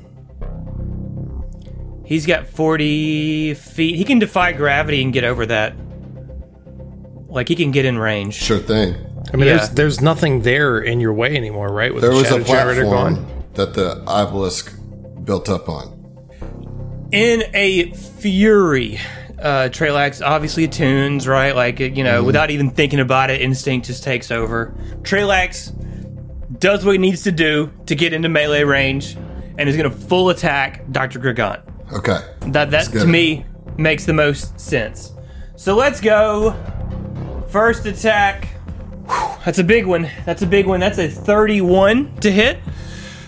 He's got 40 feet. He can defy gravity and get over that. Like, he can get in range. Sure thing. I mean, Yeah. there's there's nothing there in your way anymore, right? With There the was a shadow generator platform gone. that the obelisk built up on. in a fury. Uh, Trelax obviously attunes, right? Like, you know, without even thinking about it, instinct just takes over. Trelax does what he needs to do to get into melee range and is going to full attack Dr. Gregon. Okay. That, that get to it. me, makes the most sense. So let's go. First attack. Whew, that's a big one. That's a big one. That's a 31 to hit.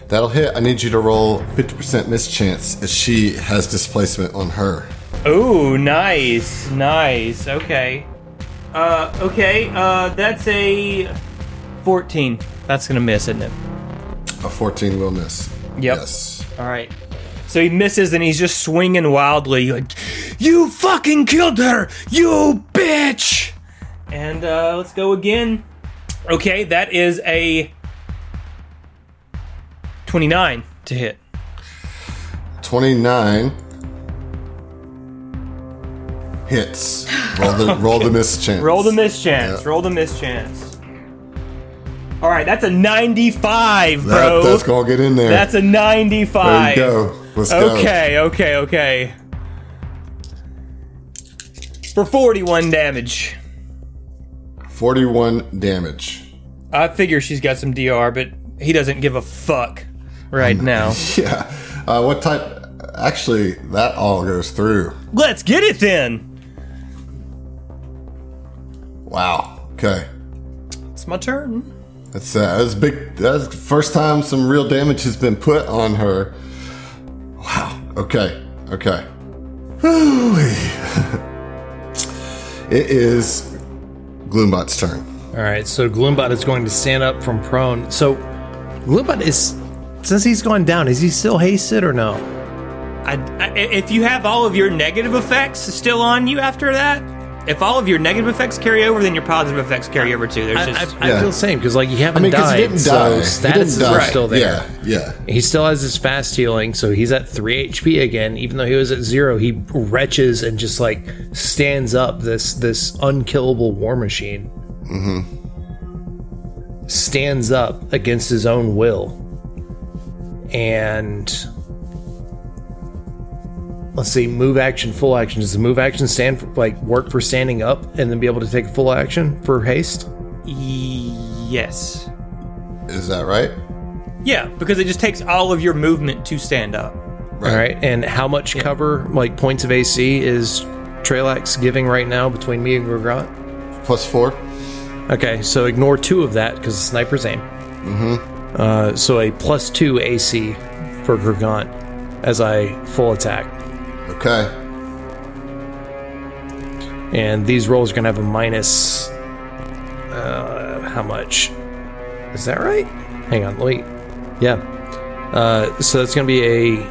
That'll hit. I need you to roll 50% mischance as she has displacement on her. Ooh, nice, nice. Okay. Uh, okay. Uh, that's a fourteen. That's gonna miss, isn't it? A 14 will miss. Yep. Yes. All right. So he misses, and he's just swinging wildly, like, "You fucking killed her, you bitch!" And uh, let's go again. Okay, that is a twenty-nine to hit. 29 hits. Roll the roll the mischance. Roll the mischance. Yeah. Roll the mischance. All right, that's a ninety-five, That, bro. That's gonna get in there. That's a 95. there you go. Let's Okay, okay, okay. For 41 damage. go. 41 damage. I figure she's got some DR, but he doesn't give a fuck right Mm. now. Yeah. Uh, what type? Actually, that all goes through. Let's get it then. Wow. Okay. It's my turn. That's uh, that's big. That's the first time some real damage has been put on her. Wow. Okay. Okay. Whew-wee. it is Gloombot's turn. All right, so Gloombot is going to stand up from prone. So Gloombot is since he's gone down, is he still hasted or no? I, I- if you have all of your negative effects still on you after that, if all of your negative effects carry over, then your positive effects carry over too. There's I, just I, I Yeah. feel the same because like you haven't I mean, because died, he didn't so die. he didn't statuses die. are still there. Yeah, yeah. He still has his fast healing, so he's at three HP again. Even though he was at zero, he retches and just like stands up. This this unkillable war machine stands up against his own will, and let's see, move action, full action. Does the move action stand for, like work for standing up and then be able to take a full action for haste? yes. Is that right? Yeah, because it just takes all of your movement to stand up. Right. All right, and how much cover, like points of AC, is Trailax giving right now between me and Grogrot? Plus four. Okay, so ignore two of that because the sniper's aim. Mm-hmm. Uh, so a plus two AC for Grogant as I full attack, Okay. and these rolls are gonna have a minus. Uh, how much? Is that right? Hang on, wait. Yeah. Uh, so that's gonna be a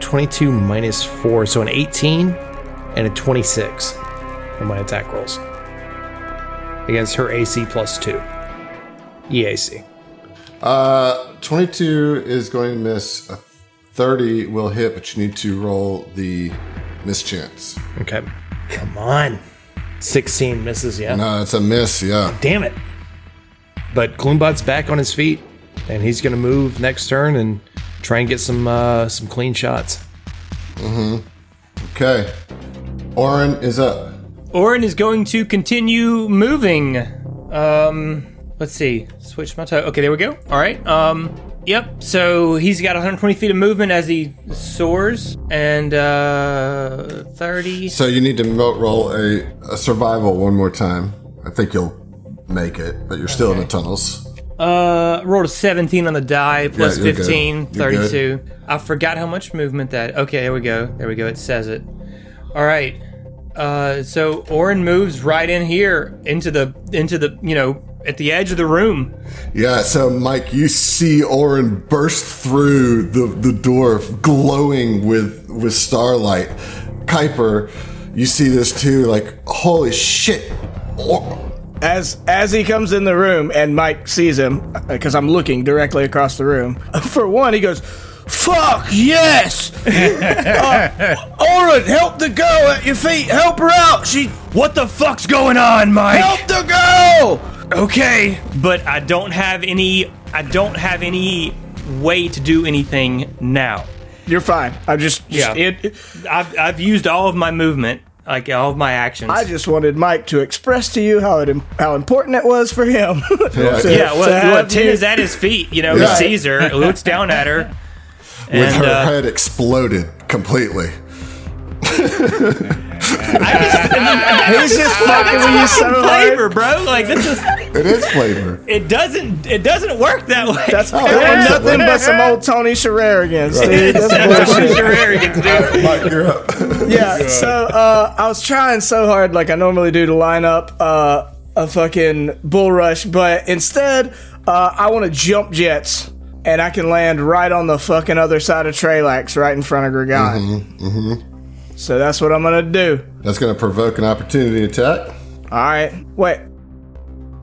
twenty-two minus four, so an eighteen and a twenty-six on my attack rolls against her AC plus two. E EAC. Uh, twenty-two is going to miss. A Thirty will hit, but you need to roll the mischance. Okay. Come on. 16 misses, yeah. No, it's a miss. Yeah. Damn it. But Gloombot's back on his feet, and he's going to move next turn and try and get some uh, some clean shots. Okay. Orin is up. Orin is going to continue moving. Um, let's see. Switch my toe. Okay, there we go. All right. Um, yep. So he's got 120 feet of movement as he soars, and uh, 30. So you need to mo- roll a, a survival one more time. I think you'll make it, but you're still in the tunnels. Uh, rolled a 17 on the die, plus you're good. 15, You're good. 32. I forgot how much movement that. Okay, there we go. There we go. It says it. All right. Uh, so Orin moves right in here into the into the you know at the edge of the room. Yeah, so Mike, you see Orin burst through the, the door, glowing with with starlight. Kuiper, you see this too, like, holy shit. Or- As as he comes in the uh, room and Mike sees him because I'm looking directly across the room. For one, he goes, Fuck yes! uh, Oren, help the girl at your feet. Help her out. She What the fuck's going on, Mike? help the girl. Okay, but I don't have any. I don't have any way to do anything now. You're fine. I'm just, Yeah. just it, it- I've I've used all of my movement, like all of my actions. I just wanted Mike to express to you how it im- how important it was for him. to, yeah, well, to have well Tin you- is at his feet. You know, Yeah. he sees her, looks down at her, With her and uh, head exploded completely. He's just fucking with you so hard. flavor, bro. Like this is It is flavor. it doesn't it doesn't work that way. That's Oh, that was that's- nothing but some old Tony Shenanigans, dude. That's That's what bullshit. you're arrogant to do. Mike, you're up. Yeah. So uh, I was trying so hard, like I normally do, to line up uh, a fucking bull rush, but instead uh, I want to jump jets. And I can land right on the fucking other side of Trelax, right in front of Gregon. mm-hmm. So that's what I'm gonna do. That's going to provoke an opportunity attack. All right. Wait.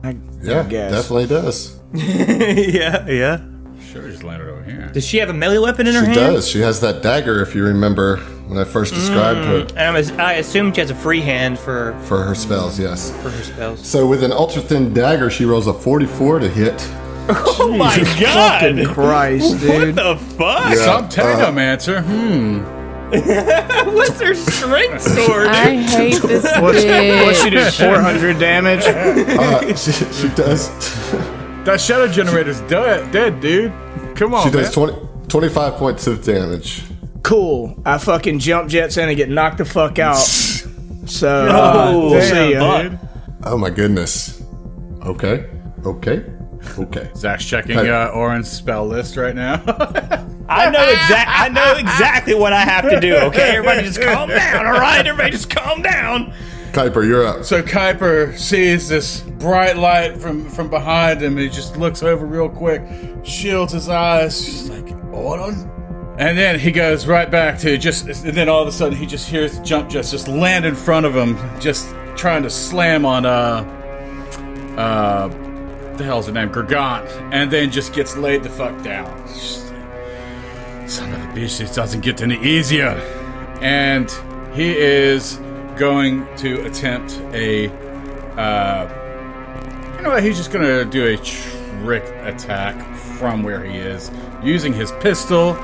I, Yeah, guess. definitely does. yeah, yeah. Sure, just landed over here. Does she have a melee weapon in her She hand? does. She has that dagger, if you remember when I first described her Mm. And I'm, as- I assume she has a free hand for for her spells. Yes. for her spells. So with an ultra thin dagger, she rolls a 44 to hit. Oh my Fucking Christ, dude. the fuck? Uh, Some technomancer. Hmm. What's her strength score? I hate this What's, bitch. what's she do? 400 damage? Uh, she, she does. That shadow generator's dead, dead, dude. Come on, She man. does 20, 25 points of damage. Cool. I fucking jump jets in and get knocked the fuck out. So, uh, Oh, we'll damn, see ya. fuck. Oh my goodness. Okay. Okay. Okay. Zach's checking Hey. uh, Oren's spell list right now. I know exact. I know exactly what I have to do. Okay, everybody, just calm down. All right, everybody, just calm down. Kuiper, you're up. so Kuiper sees this bright light from, from behind him. And he just looks over real quick, shields his eyes. He's like, Oren? And then he goes right back to just. And then all of a sudden, he just hears the jump just just land in front of him, just trying to slam on uh uh the hell's her name, Gargant, and then just gets laid the fuck down. Son of a bitch, this doesn't get any easier. And he is going to attempt a. Uh, you know what? He's just going to do a trick attack from where he is using his pistol.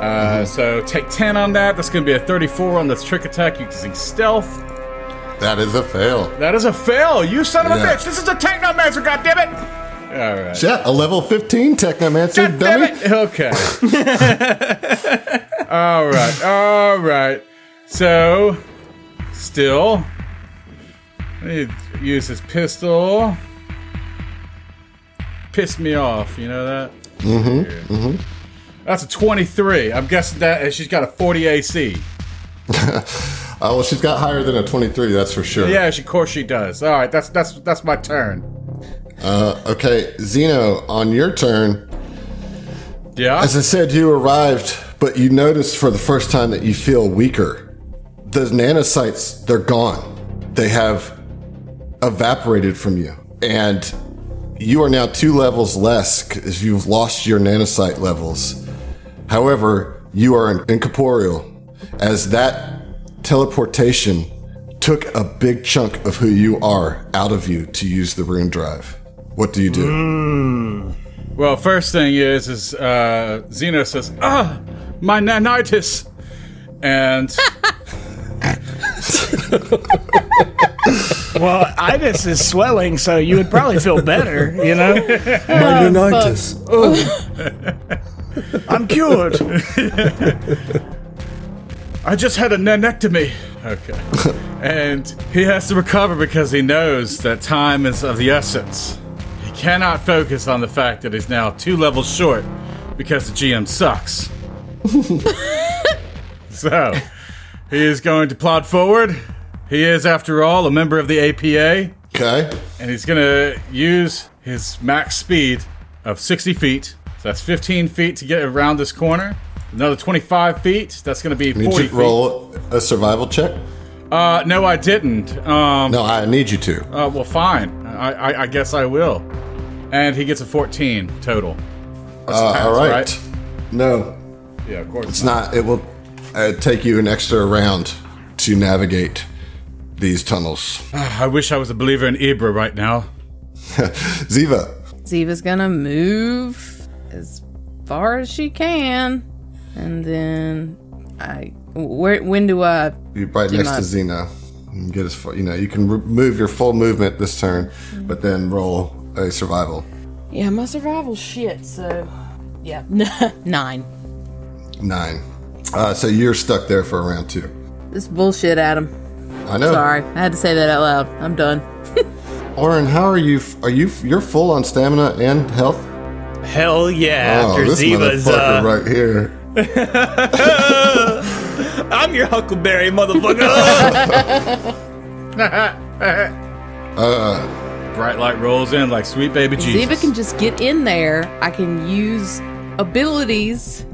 Uh, So take 10 on that. That's going to be a 34 on this trick attack using stealth. That is a fail. That is a fail, you son of a Yeah. bitch! This is a technomancer, goddammit! Alright. Yeah, a level 15 Technomancer Damn dummy. it! Okay. all right. All right. So, still, I need to use his pistol. Piss me off. You know that. Mm-hmm. Mm-hmm. That's a twenty-three. I'm guessing that and she's got a forty AC. Oh, well, she's got higher than a 23, that's for sure. Yeah, she, of course she does. All right. That's that's that's my turn. Uh, okay, Zeno, on your turn, Yeah. As I said, you arrived, but you noticed for the first time that you feel weaker. The nanocytes, they're gone. They have evaporated from you. And you are now two levels less because you've lost your nanocyte levels. However, you are incorporeal, as that teleportation took a big chunk of who you are out of you to use the rune drive. What do you do? Well, first thing is, is uh, Zeno says, "Ah, my nanitis," and Well, itis is swelling, so you would probably feel better, you know? My Unitas. I'm cured. I just had a nanectomy. Okay, and he has to recover because he knows that time is of the essence. He cannot focus on the fact that he's now two levels short because the GM sucks. so he is going to plod forward. He is, after all, a member of the APA. Okay. and he's gonna use his max speed of 60 feet. So that's 15 feet to get around this corner. Another 25 feet. That's gonna be 40 Need you feet. to roll a survival check? Uh, no, I didn't. Um, No, I need you to. Oh, uh, well, fine. I, I, I guess I will. And he gets a 14 total. Uh, pass, all right. right? No. Yeah, of course. It's not. It will uh, take you an extra round to navigate these tunnels. I wish I was a believer in Ibra right now. Ziva, Ziva's gonna move as far as she can, and then I. Where? When do uh, I? you're right next to Xena. You can get as far, you know, you can re- move your full movement this turn, but then roll a survival. Yeah, my survival shit. So, yeah, nine. Nine. Uh, so you're stuck there for a round two. This bullshit, Adam. I know. Sorry, I had to say that out loud. I'm done. Oren, how are you? f- Are you? f- You're full on stamina and health. Hell yeah! Oh, after this Ziva's, motherfucker uh, right here. I'm your Huckleberry, motherfucker. Bright light rolls in like sweet baby Jesus. Ziva can just get in there. I can use abilities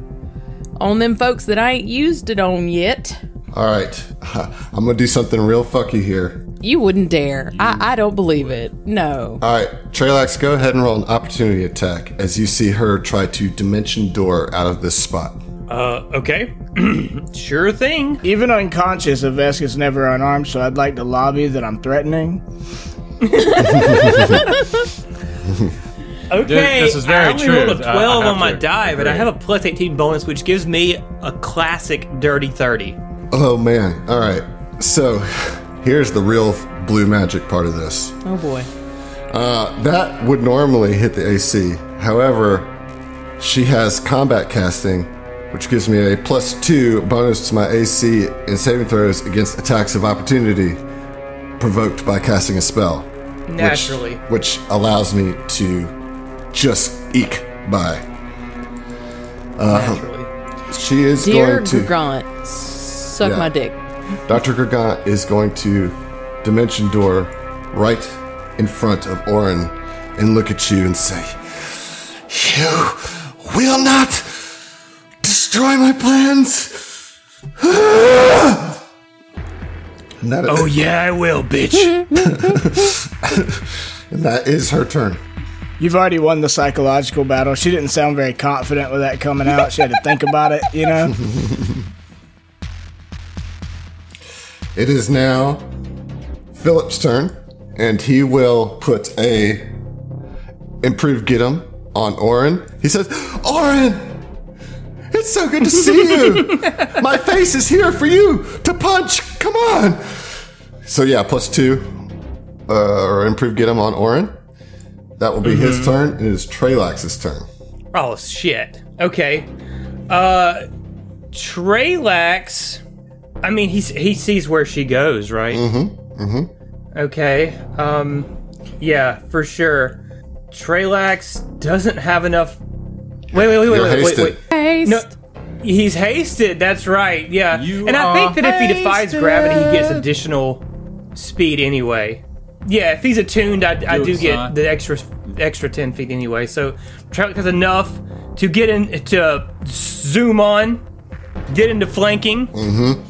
on them folks that I ain't used it on yet. All right, I'm gonna do something real fucky here. You wouldn't dare. I, I don't believe it. No. All right, Trelax, go ahead and roll an opportunity attack as you see her try to dimension door out of this spot. uh, okay, sure thing. Even unconscious, a Vesk is never unarmed, so I'd like to lobby that I'm threatening. Okay, this is very I only true. rolled a I- I twelve have on my to die, but I agree. have a plus eighteen bonus, which gives me a classic dirty thirty. Oh man! All right, so here's the real blue magic part of this. Oh boy. Uh, that would normally hit the AC. However, she has combat casting, which gives me a plus two bonus to my AC and saving throws against attacks of opportunity provoked by casting a spell. which- Naturally. Which, allows me to just eke by. Uh, Naturally. She is Dear going to. Grant, suck Yeah. my dick. Dr. Gargant is going to dimension door right in front of Orin and look at you and say, You will not destroy my plans. and, that, Oh yeah, I will, bitch. and that is her turn. You've already won the psychological battle. She didn't sound very confident with that coming out. She had to think about it, you know? It is now Philip's turn, and he will put a improved get him on Orin. He says, Orin, it's so good to see you. My face is here for you to punch. Come on. So yeah, plus two, uh, or improved get him on Orin. That will be his Mm-hmm. turn. It is Trelax's turn. oh shit. Okay. Uh, Trelax. I mean, he he sees where she goes, right? Mm-hmm. Mm-hmm. Okay. Um, yeah, for sure. Trelax doesn't have enough. Wait, wait, wait, wait, You're wait, hasted. wait, wait. No, he's hasted. That's right. Yeah, You and I think are that if he defies gravity, he gets additional speed anyway. Yeah, if he's attuned, I, I do it's get not. the extra extra ten feet anyway. So Trout has enough to get in to zoom on, get into flanking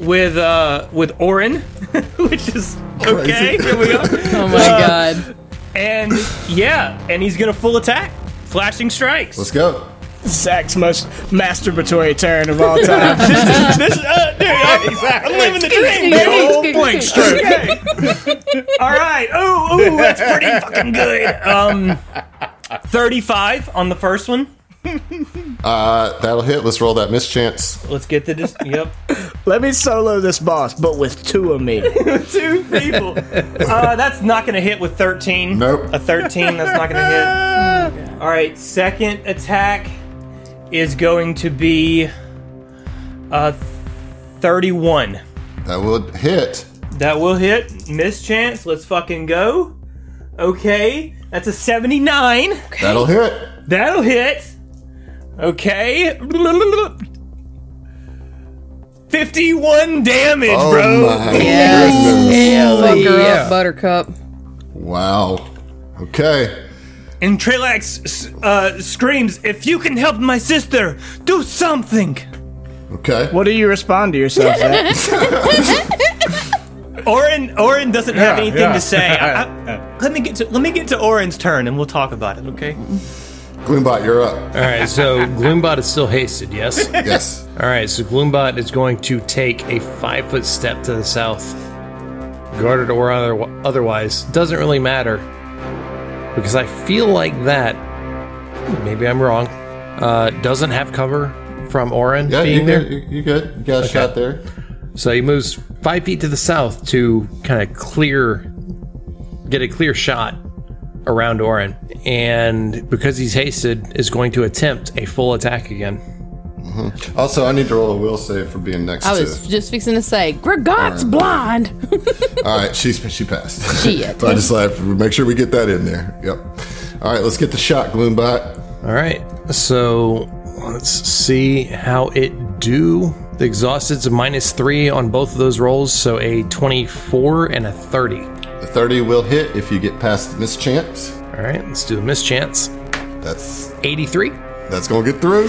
with uh with Orin, which is okay. Here we go. Oh my god. And yeah, and he's gonna full attack, flashing strikes. Let's go. Zach's most masturbatory turn of all time. this, uh, dude, I'm, exactly. I'm living the dream, Excuse baby. me. Old blank stroke. All right. Oh. Ooh, ooh, that's pretty fucking good. Um, thirty-five on the first one. Uh, that'll hit. Let's roll that mischance. Let's get the dis- yep. Let me solo this boss, but with two of me. Two people. Uh, that's not gonna hit with thirteen. Nope. A thirteen. That's not gonna hit. All right. Second attack is going to be uh, thirty-one. That will hit. That will hit. Mischance. Let's fucking go. Okay. That's a seventy-nine. That'll hit. That'll hit. Okay. 51 damage, Oh bro. my Yes. goodness. Fuck her up, Buttercup. Wow. Okay. And Trelax s- uh, screams, If you can help my sister, do something. Okay. What do you respond to yourself, Zach? Orin, Orin doesn't have Yeah, anything yeah. to say. I- I- let me get to let me get to Orin's turn, and we'll talk about it. Okay. Gloombot, you're up. All right, so Gloombot is still hasted, yes? Yes. All right, so Gloombot is going to take a five foot step to the south, guarded or other- otherwise. Doesn't really matter because I feel like that. Maybe I'm wrong. Uh, doesn't have cover from Orin Yeah, being you there, good. You, you good. You got a shot there. so he moves five feet to the south to kind of clear, get a clear shot around Orin, and because he's hasted, is going to attempt a full attack again. Also, I need to roll a will save for being next I to. was just fixing to say, Gregot's blind. All right, she's she passed. Shit. but I just like make sure we get that in there. Yep. All right, let's get the shot, Gloombot. All right. So let's see how it do. The exhausted's a minus three on both of those rolls, so a 24 and a 30. All The thirty will hit if you get past the mischance. right, let's do a mischance. That's 83. that's gonna get through.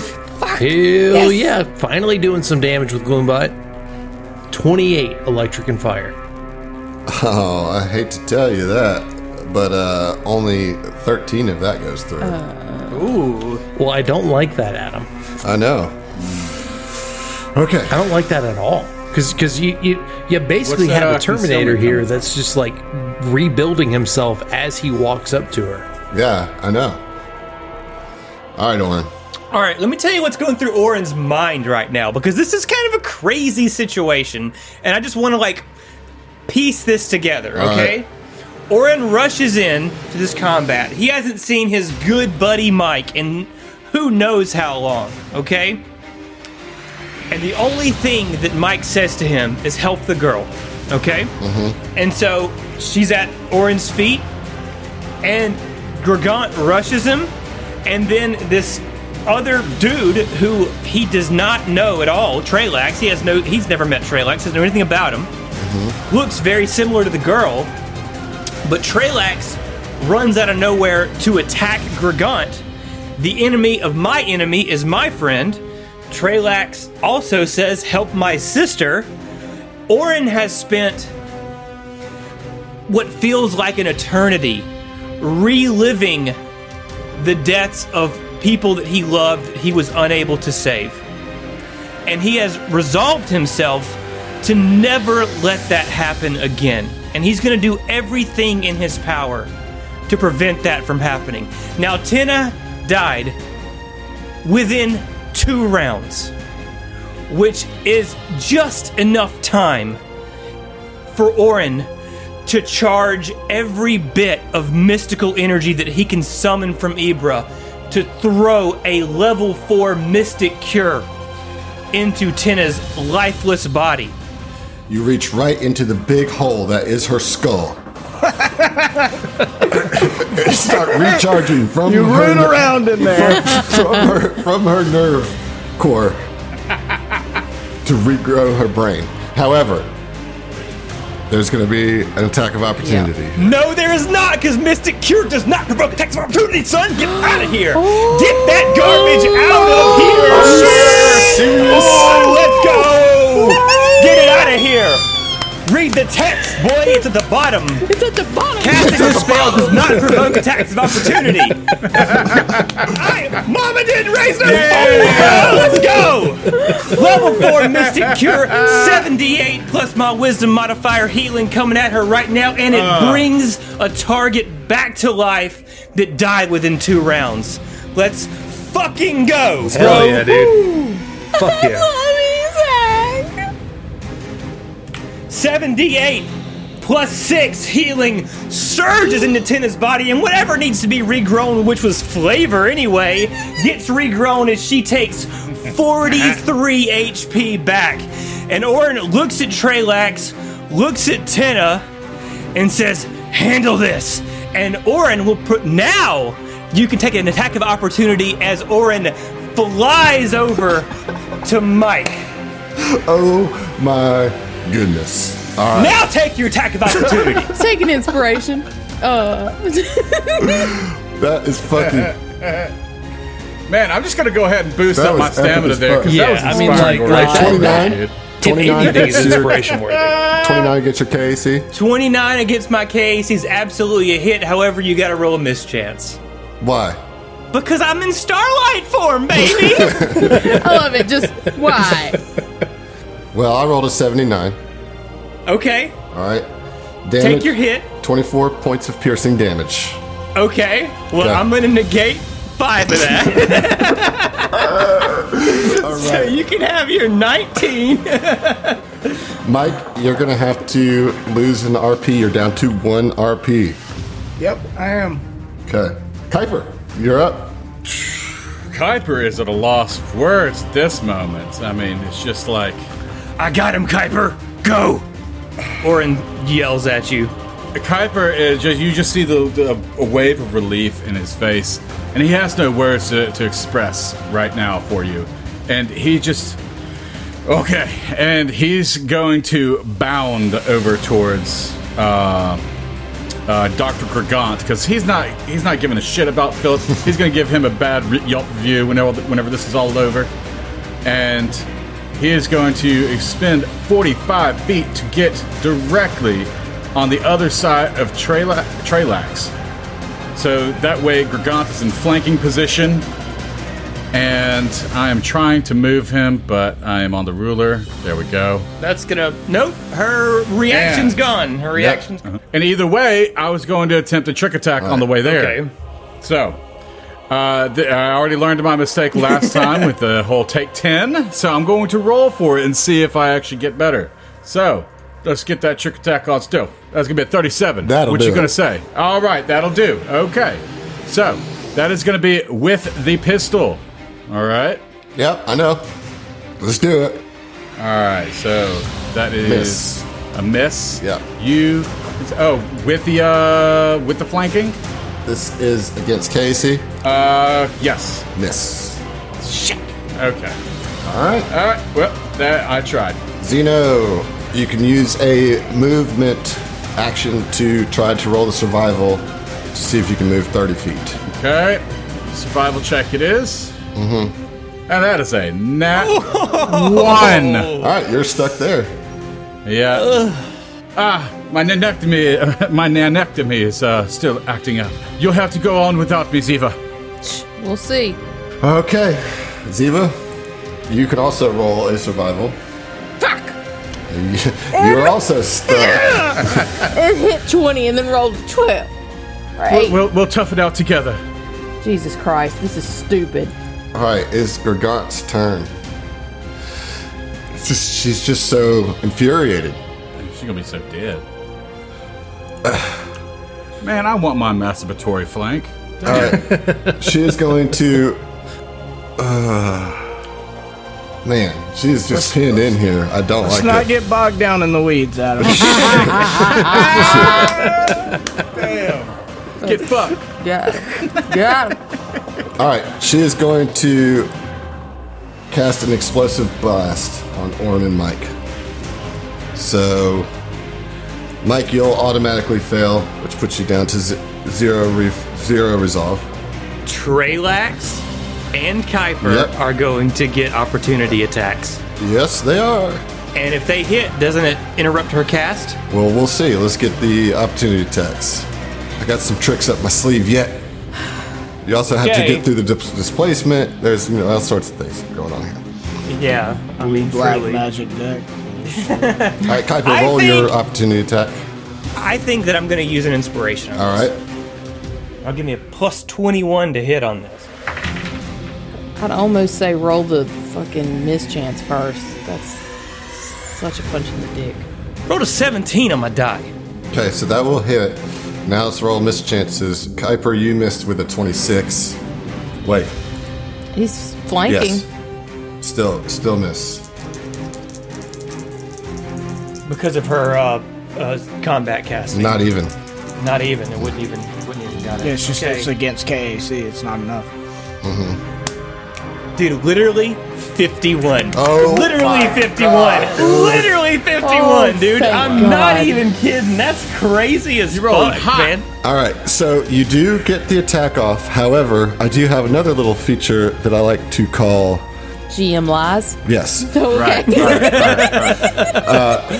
Hell yeah, finally doing some damage with Gloombot. 28 electric and fire. Oh, I hate to tell you that, but uh, only thirteen if that goes Oh, through. Ooh. Well, I don't like that, Adam. I know. Okay. I don't like that at all. Because because you, you you basically What's that, have uh, a Terminator concealment here coming? that's just like rebuilding himself as he walks up to her. Yeah, I know. All right, Oren. All right, let me tell you what's going through Oren's mind right now because this is kind of a crazy situation, and I just want to like piece this together, All okay? right. Oren rushes in to this combat. He hasn't seen his good buddy Mike in who knows how long, okay? And the only thing that Mike says to him is help the girl, okay? Mm-hmm. And so she's at Oren's feet, and Gregant rushes him, and then this other dude who he does not know at all, Trelax, he has no, he's never met Trelax, doesn't know anything about him, looks very similar to the girl, but Trelax runs out of nowhere to attack Gregant. The enemy of my enemy is my friend. Trelax also says, Help my sister. Orin has spent what feels like an eternity reliving the deaths of people that he loved that he was unable to save. And he has resolved himself to never let that happen again. And he's going to do everything in his power to prevent that from happening. Now, Tina died within two rounds, which is just enough time for Orin to charge every bit of mystical energy that he can summon from Ibra to throw a level 4 mystic cure into Tinna's lifeless body. You reach right into the big hole that is her skull. You Start recharging from You her root ner- around in there. from her from her nerve core to regrow her brain. However, there's going to be an attack of opportunity. No, there is not, because Mystic Cure does not provoke attacks of opportunity, son! Get out of here! Get that garbage out of here! serious? Oh, let's go! Get it out of here! Read the text, boy, it's at the bottom! it's at the bottom. Casting a spell does not provoke attacks of opportunity. I, Mama didn't raise no Oh, Let's go. Level four Mystic Cure, seventy-eight plus my Wisdom modifier healing coming at her right now, and it brings a target back to life that died within two rounds. Let's fucking go. Hell yeah, dude. Fuck yeah. Seventy-eight. Plus six healing surges into Tina's body, and whatever needs to be regrown, which was flavor anyway, gets regrown as she takes 43 HP back. And Orin looks at Trelax, looks at Tina, and says, Handle this. And Orin will put. Now you can take an attack of opportunity as Orin flies over to Mike. Oh my goodness. All right. Now take your attack of opportunity. Take an inspiration. Uh, That is fucking Man, I'm just gonna go ahead and boost That up my was epic stamina as there. fuck. 'cause Yeah, that was I mean, inspiring like- already. like- 29. If 29 anything is gets your inspiration worthy. 29 gets your KAC. 29 against my case. He's absolutely a hit. However, you got to roll a mischance Why? Because I'm in starlight form, baby. I love it. Just why? Well, I rolled a 79. okay, All right. Damage, take your hit. 24 points of piercing damage. Okay, well Yeah. I'm gonna negate five of that, All so you can have your 19. Mike, you're going to have to lose an RP. You're down to one RP. Yep, I am. Okay. Kuiper, you're up. Kuiper is at a loss of words at this moment. I mean, it's just like I got him, Kuiper. Go. Orin yells at you. Kuiper is just you just see the, the a wave of relief in his face, and he has no words to, to express right now for you, and he just okay, and he's going to bound over towards. Uh, uh, Dr. Gregant, because he's not he's not giving a shit about Philip. he's going to give him a bad re- Yelp review whenever whenever this is all over, and he is going to expend 45 feet to get directly on the other side of Trela- Trelax. So that way, Gregant is in flanking position, and I am trying to move him, but I am on the ruler. There we go. That's gonna. Nope. Her reaction's Yeah. gone. Her reaction's gone. And either way, I was going to attempt a trick attack on the way there. Okay. So, uh, th- I already learned my mistake last time with the whole take 10, so I'm going to roll for it and see if I actually get better. So, let's get that trick attack on still. That's going to be a 37. That'll What do you going it. to say? All right, that'll do. Okay. So, that is going to be with the pistol. All right. Yep, I know. Let's do it. All right. So, that is Miss. a miss. Yeah. You Oh, with the uh with the flanking? This is against Casey. Uh yes. Miss. Okay. All right. All right. Well, that I tried. Zeno, you can use a movement action to try to roll the survival to see if you can move 30 feet. Okay. Survival check it is. Mm-hmm. And that is a nat one. All right, you're stuck there. Yeah. Ah, my nanectomy, my nanectomy is uh, still acting up. You'll have to go on without me, Ziva. We'll see. Okay. Ziva, you can also roll a survival. Fuck! And you- You're also stuck. Or hit 20 and then rolled 12. Right? We'll we'll tough it out together. Jesus Christ, this is stupid. All right, it's Gargant's turn. It's just- she's just so infuriated. She's gonna be so dead. Man, I want my masturbatory flank. She is going to. Uh, man, she's just pinned in here. I don't Let's like not it. get bogged down in the weeds, Adam. Get fucked. Got him. Got him. All right, she is going to cast an explosive blast on Orn and Mike. So, Mike, you'll automatically fail, which puts you down to z- zero re- zero resolve. Trelax and Kuiper Yep. are going to get opportunity attacks. Yes, they are. And if they hit, doesn't it interrupt her cast? Well, we'll see. Let's get the opportunity attacks. I got some tricks up my sleeve yet. You also have Okay. to get through the dis- displacement. There's you know all sorts of things going on here. Yeah. I mean, Black truly. magic deck. All right, Kuiper, I roll your think- opportunity attack. I think that I'm going to use an inspiration. All right. I'll give me a plus 21 to hit on this. I'd almost say roll the fucking mischance first. That's such a punch in the dick. Rolled a 17 on my die. Okay, so that will hit. Now let's roll miss chances. Kuiper, you missed with a 26. Wait. He's flanking. Yes. Still, still miss. Because of her uh, uh, combat casting. Not even. Not even. It wouldn't even. Wouldn't even got it. Yeah, it's just Okay. it's against KAC. It's not enough. Dude, literally 51. Oh literally my 51. God. Literally 51, Oh, dude. thank I'm God. not even kidding. That's crazy as rolled fuck, hot. man. All right, so you do get the attack off. However, I do have another little feature that I like to call GM lies. Yes. Uh, So, okay.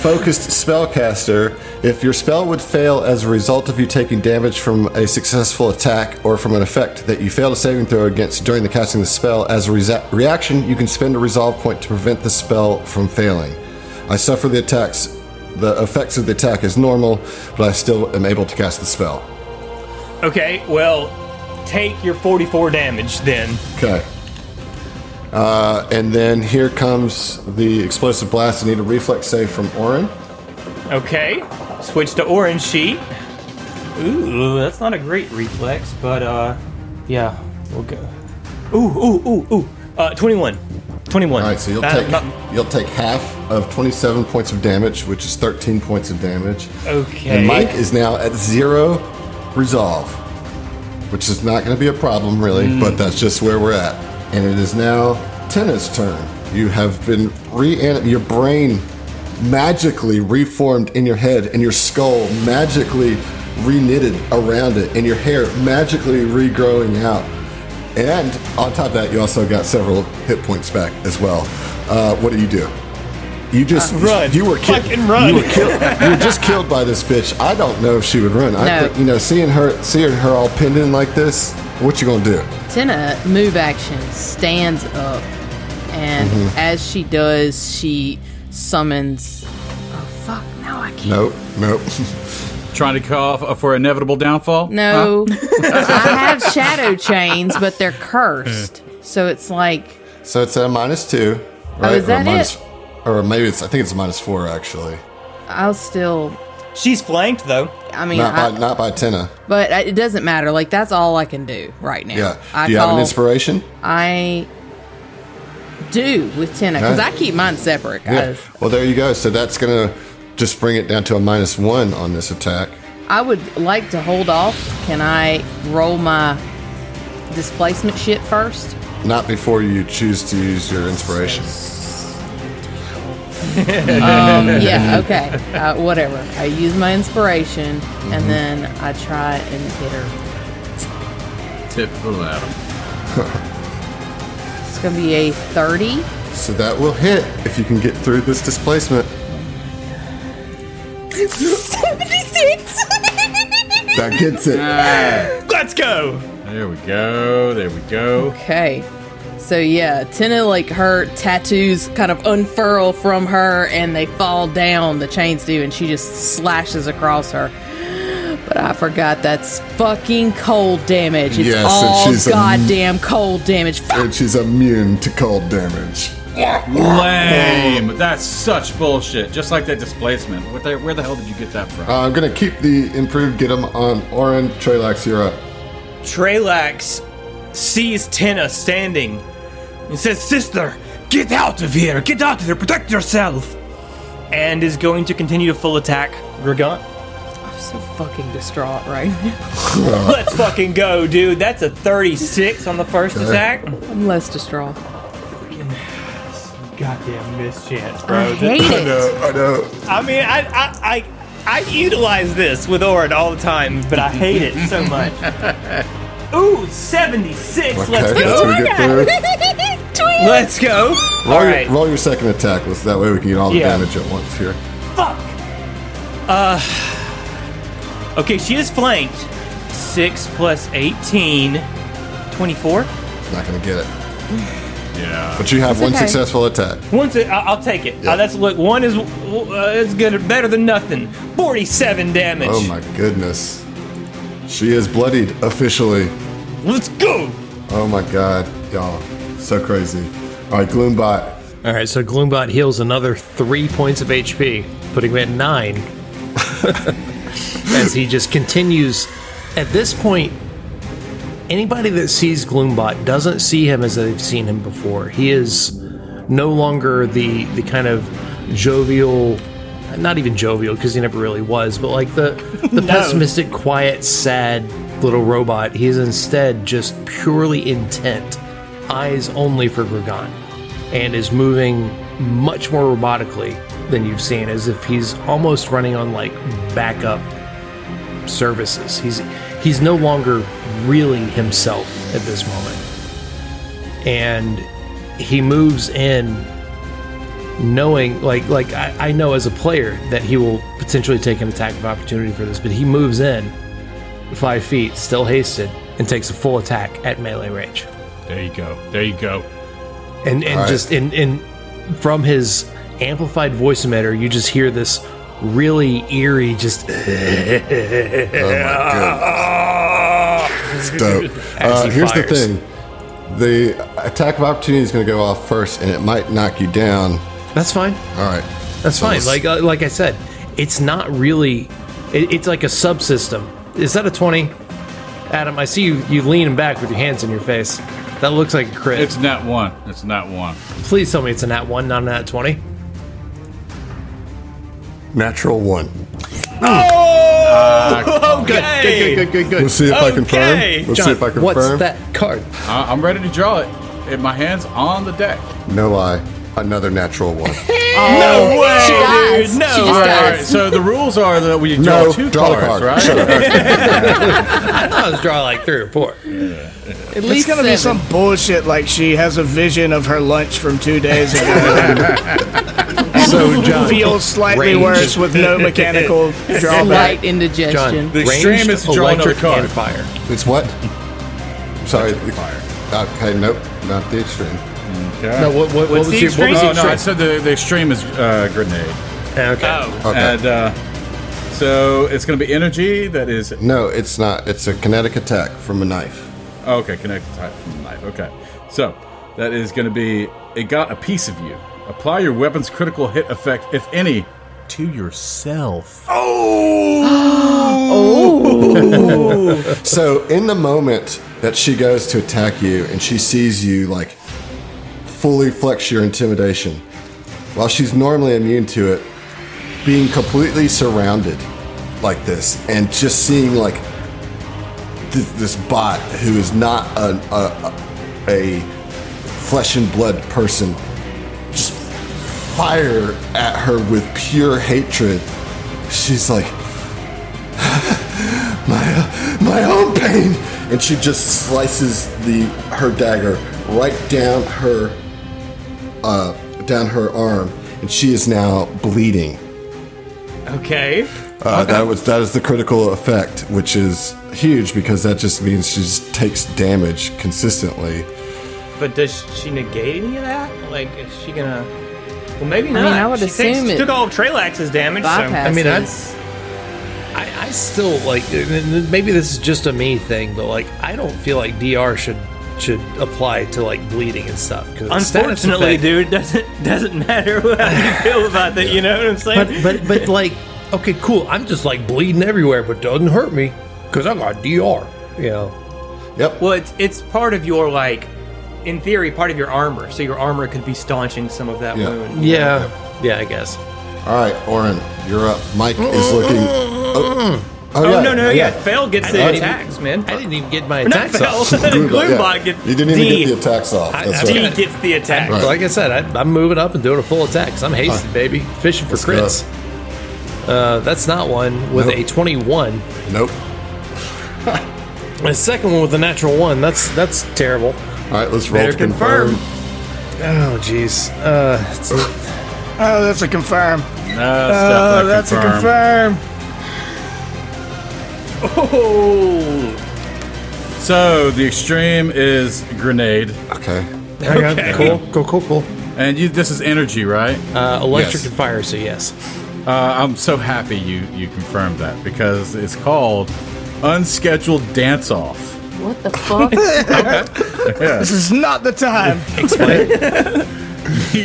Focused spellcaster. If your spell would fail as a result of you taking damage from a successful attack or from an effect that you failed a saving throw against during the casting of the spell, as a resa- reaction, you can spend a resolve point to prevent the spell from failing. I suffer the attacks, the effects of the attack as normal, but I still am able to cast the spell. Okay, well, take your 44 damage then. Okay. Uh, and then here comes the explosive blast. I need a reflex save from Orin. Okay, switch to orange sheet. Ooh, that's not a great reflex, but uh, yeah, we'll go. Ooh, ooh, ooh, ooh. Uh, 21. 21. All right, so you'll Uh, take not- you'll take half of 27 points of damage, which is 13 points of damage. okay. And Mike is now at zero resolve, which is not going to be a problem really, but that's just where we're at. And it is now Tenna's turn. You have been reanimated. Your brain magically reformed in your head, and your skull magically reknitted around it, and your hair magically regrowing out. And on top of that, you also got several hit points back as well. Uh, what do you do? You just Uh, run. You were killed. Fucking run. You were killed. you were just killed by this bitch. I don't know if she would run. I No. think you know, seeing her, seeing her all pinned in like this. What you gonna do? Tina move action stands up, and Mm-hmm. as she does, she summons. Oh fuck! No, I can't. Nope. Nope. Trying to call f- for inevitable downfall? No, I have shadow chains, but they're cursed. So it's like so it's a minus two, right? Oh, is or that a it? minus, Or maybe it's. I think it's a minus four actually. I'll still. She's flanked though. I mean, Not I, by not by uh, Tenna. but it doesn't matter. Like that's all I can do right now. Yeah. I do you have an call- inspiration? I do with Tina because I keep mine separate, Yeah. guys. Well, there you go. So that's gonna just bring it down to a minus one on this attack. I would like to hold off. Can I roll my displacement shit first? Not before you choose to use your inspiration. yeah, okay. Uh, whatever. I use my inspiration and then I try and hit her. Ah, Typical Adam. It's going to be a 30. So that will hit if you can get through this displacement. 76! That gets it. Let's go. Ah, There we go. There we go. okay. So yeah, Tina like her tattoos kind of unfurl from her and they fall down, the chains do, and she just slashes across her. But I forgot that's fucking cold damage. It's Yes, and all she's a- goddamn cold damage. Fuck And she's immune to cold damage. Lame. That's such bullshit. Just like that displacement. What the, where the hell did you get that from? Uh, I'm gonna keep the improved get 'em on Orin Trelax. You're up. Trelax sees Tenna standing and says, Sister, get out of here! Get out of here! Protect yourself! And is going to continue to full attack Dragant. so fucking distraught right Let's fucking go, dude. That's a 36 on the first attack. I'm less distraught. Goddamn mischance, bro. Hate it. I know. I mean, I, I, I, I utilize this with Orin all the time, but I hate it so much. Ooh, 76. Let's Okay, that's go. pretty good there. Let's go. Roll, all right. your, roll your second attack. Let's, that way we can get all the Yeah. damage at once here. Fuck. Uh. Okay, she is flanked. 6 plus 18. 24? It's not gonna get it. Yeah. But you have one okay. successful attack. Once it, I- I'll take it. Yeah. Uh, that's look. One is uh, it's good, better than nothing. Forty-seven damage. Oh my goodness. She is bloodied officially. Let's go. Oh my god, y'all. So crazy. All right, Gloombot. All right, so Gloombot heals another three points of HP, putting him at nine. as he just continues. At this point, anybody that sees Gloombot doesn't see him as they've seen him before. He is no longer the the kind of jovial, not even jovial because he never really was, but like the the pessimistic, quiet, sad little robot. He is instead just purely intent, eyes only for Gregon and is moving much more robotically than you've seen, as if he's almost running on like backup services. He's he's no longer really himself at this moment, and he moves in knowing like like I, I know as a player that he will potentially take an attack of opportunity for this, but he moves in five feet, still hasted, and takes a full attack at melee range. There you go. There you go. And and Alright. just in in from his amplified voice emitter, you just hear this really eerie just Oh my goodness. It's dope. As Uh, he here's the fires. thing the attack of opportunity is going to go off first, and it might knock you down. that's fine. All right. That's So fine. let's- Like uh, like I said, it's not really. It, it's like a subsystem. Is that a twenty, Adam? I see you you leaning back with your hands in your face. That looks like a crit. It's not one. It's not one. Please tell me it's a nat one, not a nat twenty. natural one. Okay. Ah, Good, good, good. Let's see if I confirm. Okay. Let's see if I confirm. What's that card? I- I'm ready to draw it. And my hand's on the deck. No lie. Another natural one. No way, dies. dude. She No. just All right, dies. all right. So the rules are that we draw no, two draw the cards, card. right? Shut up. I thought I was drawing like three or four. At It's least gonna be seven. some bullshit like she has a vision of her lunch from two days ago. So John, Feels slightly Range. worse with no mechanical drawback. light indigestion. John, The extreme ranged, is to draw another electric, card. and fire. It's what? Sorry. Okay, nope. Not the extreme. Okay. No, what, what, what was the your, what was Oh your no! I extreme? said the, the extreme is uh, grenade, Okay. Oh, Okay. and uh, so it's going to be energy that is no, it's not. It's a kinetic attack from a knife. okay. Connected type from knife. Okay, so that is going to be it. Got a piece of you. Apply your weapon's critical hit effect, if any, to yourself. So in the moment that she goes to attack you and she sees you like fully flex your intimidation, while she's normally immune to it, being completely surrounded like this and just seeing like th- this bot who is not a, a, a flesh and blood person just fire at her with pure hatred. She's like, my uh, my own pain and she just slices the her dagger right down her uh down her arm and she is now bleeding Oh, okay. uh, that was that is the critical effect which is huge because that just means she just takes damage consistently But does she negate any of that? Like, is she gonna? Well, maybe not. mean, I would she assume takes, it She took all of Trailax's damage. bypasses. I mean, that's- I, I still like. and- and Maybe this is just a me thing, but like, I don't feel like DR should should apply to like bleeding and stuff. So, 'cause the status unfortunately, effect- dude, doesn't doesn't matter how you feel about that. You know what I'm saying? But but but like, okay, cool. I'm just like bleeding everywhere, but doesn't hurt me because I got DR. You know, yep well, it's it's part of your like, in theory, part of your armor. So your armor could be staunching some of that Yeah. wound. yeah, yeah, I guess. all right orin you're up mike is looking oh, Oh no no yeah, Fail gets the didn't even- attacks, man. I didn't even get my Not attacks Fel. off. Gloomba, yeah. Gloombot gets you didn't even D. get the attacks off I- that's I right D gets the attack. Right. Like I said, I, I'm moving up and doing a full attack. 'cause I'm hasted, baby. Fishing for go. crits. Uh, that's not one with Nope. a 21. nope The second one with the natural one. That's that's terrible. all right let's roll Better to confirm, confirm. Oh jeez. Uh, it's- Oh, that's a confirm. No, Uh, Oh, that's a confirm. Oh, So the extreme is grenade, okay hang on. Cool. Cool. Cool. Cool. and you, this is energy, right? Uh, electric Yes. and fire. So yes. Uh, I'm so happy you you confirmed that because it's called unscheduled dance off. What the fuck? This is not the time.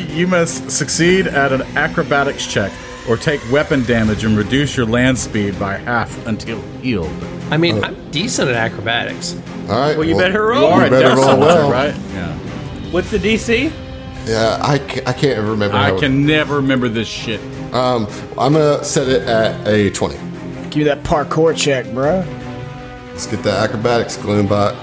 you must succeed at an acrobatics check or take weapon damage and reduce your land speed by half until healed. I mean, I'm decent at acrobatics. all right well, you better roll. you better roll Something, well right? Yeah. What's the DC? Yeah, I, ca- I can't remember. how I it- can never remember this shit. Um, I'm gonna set it at a 20. Give me that parkour check, bro. Let's get the acrobatics gloombot.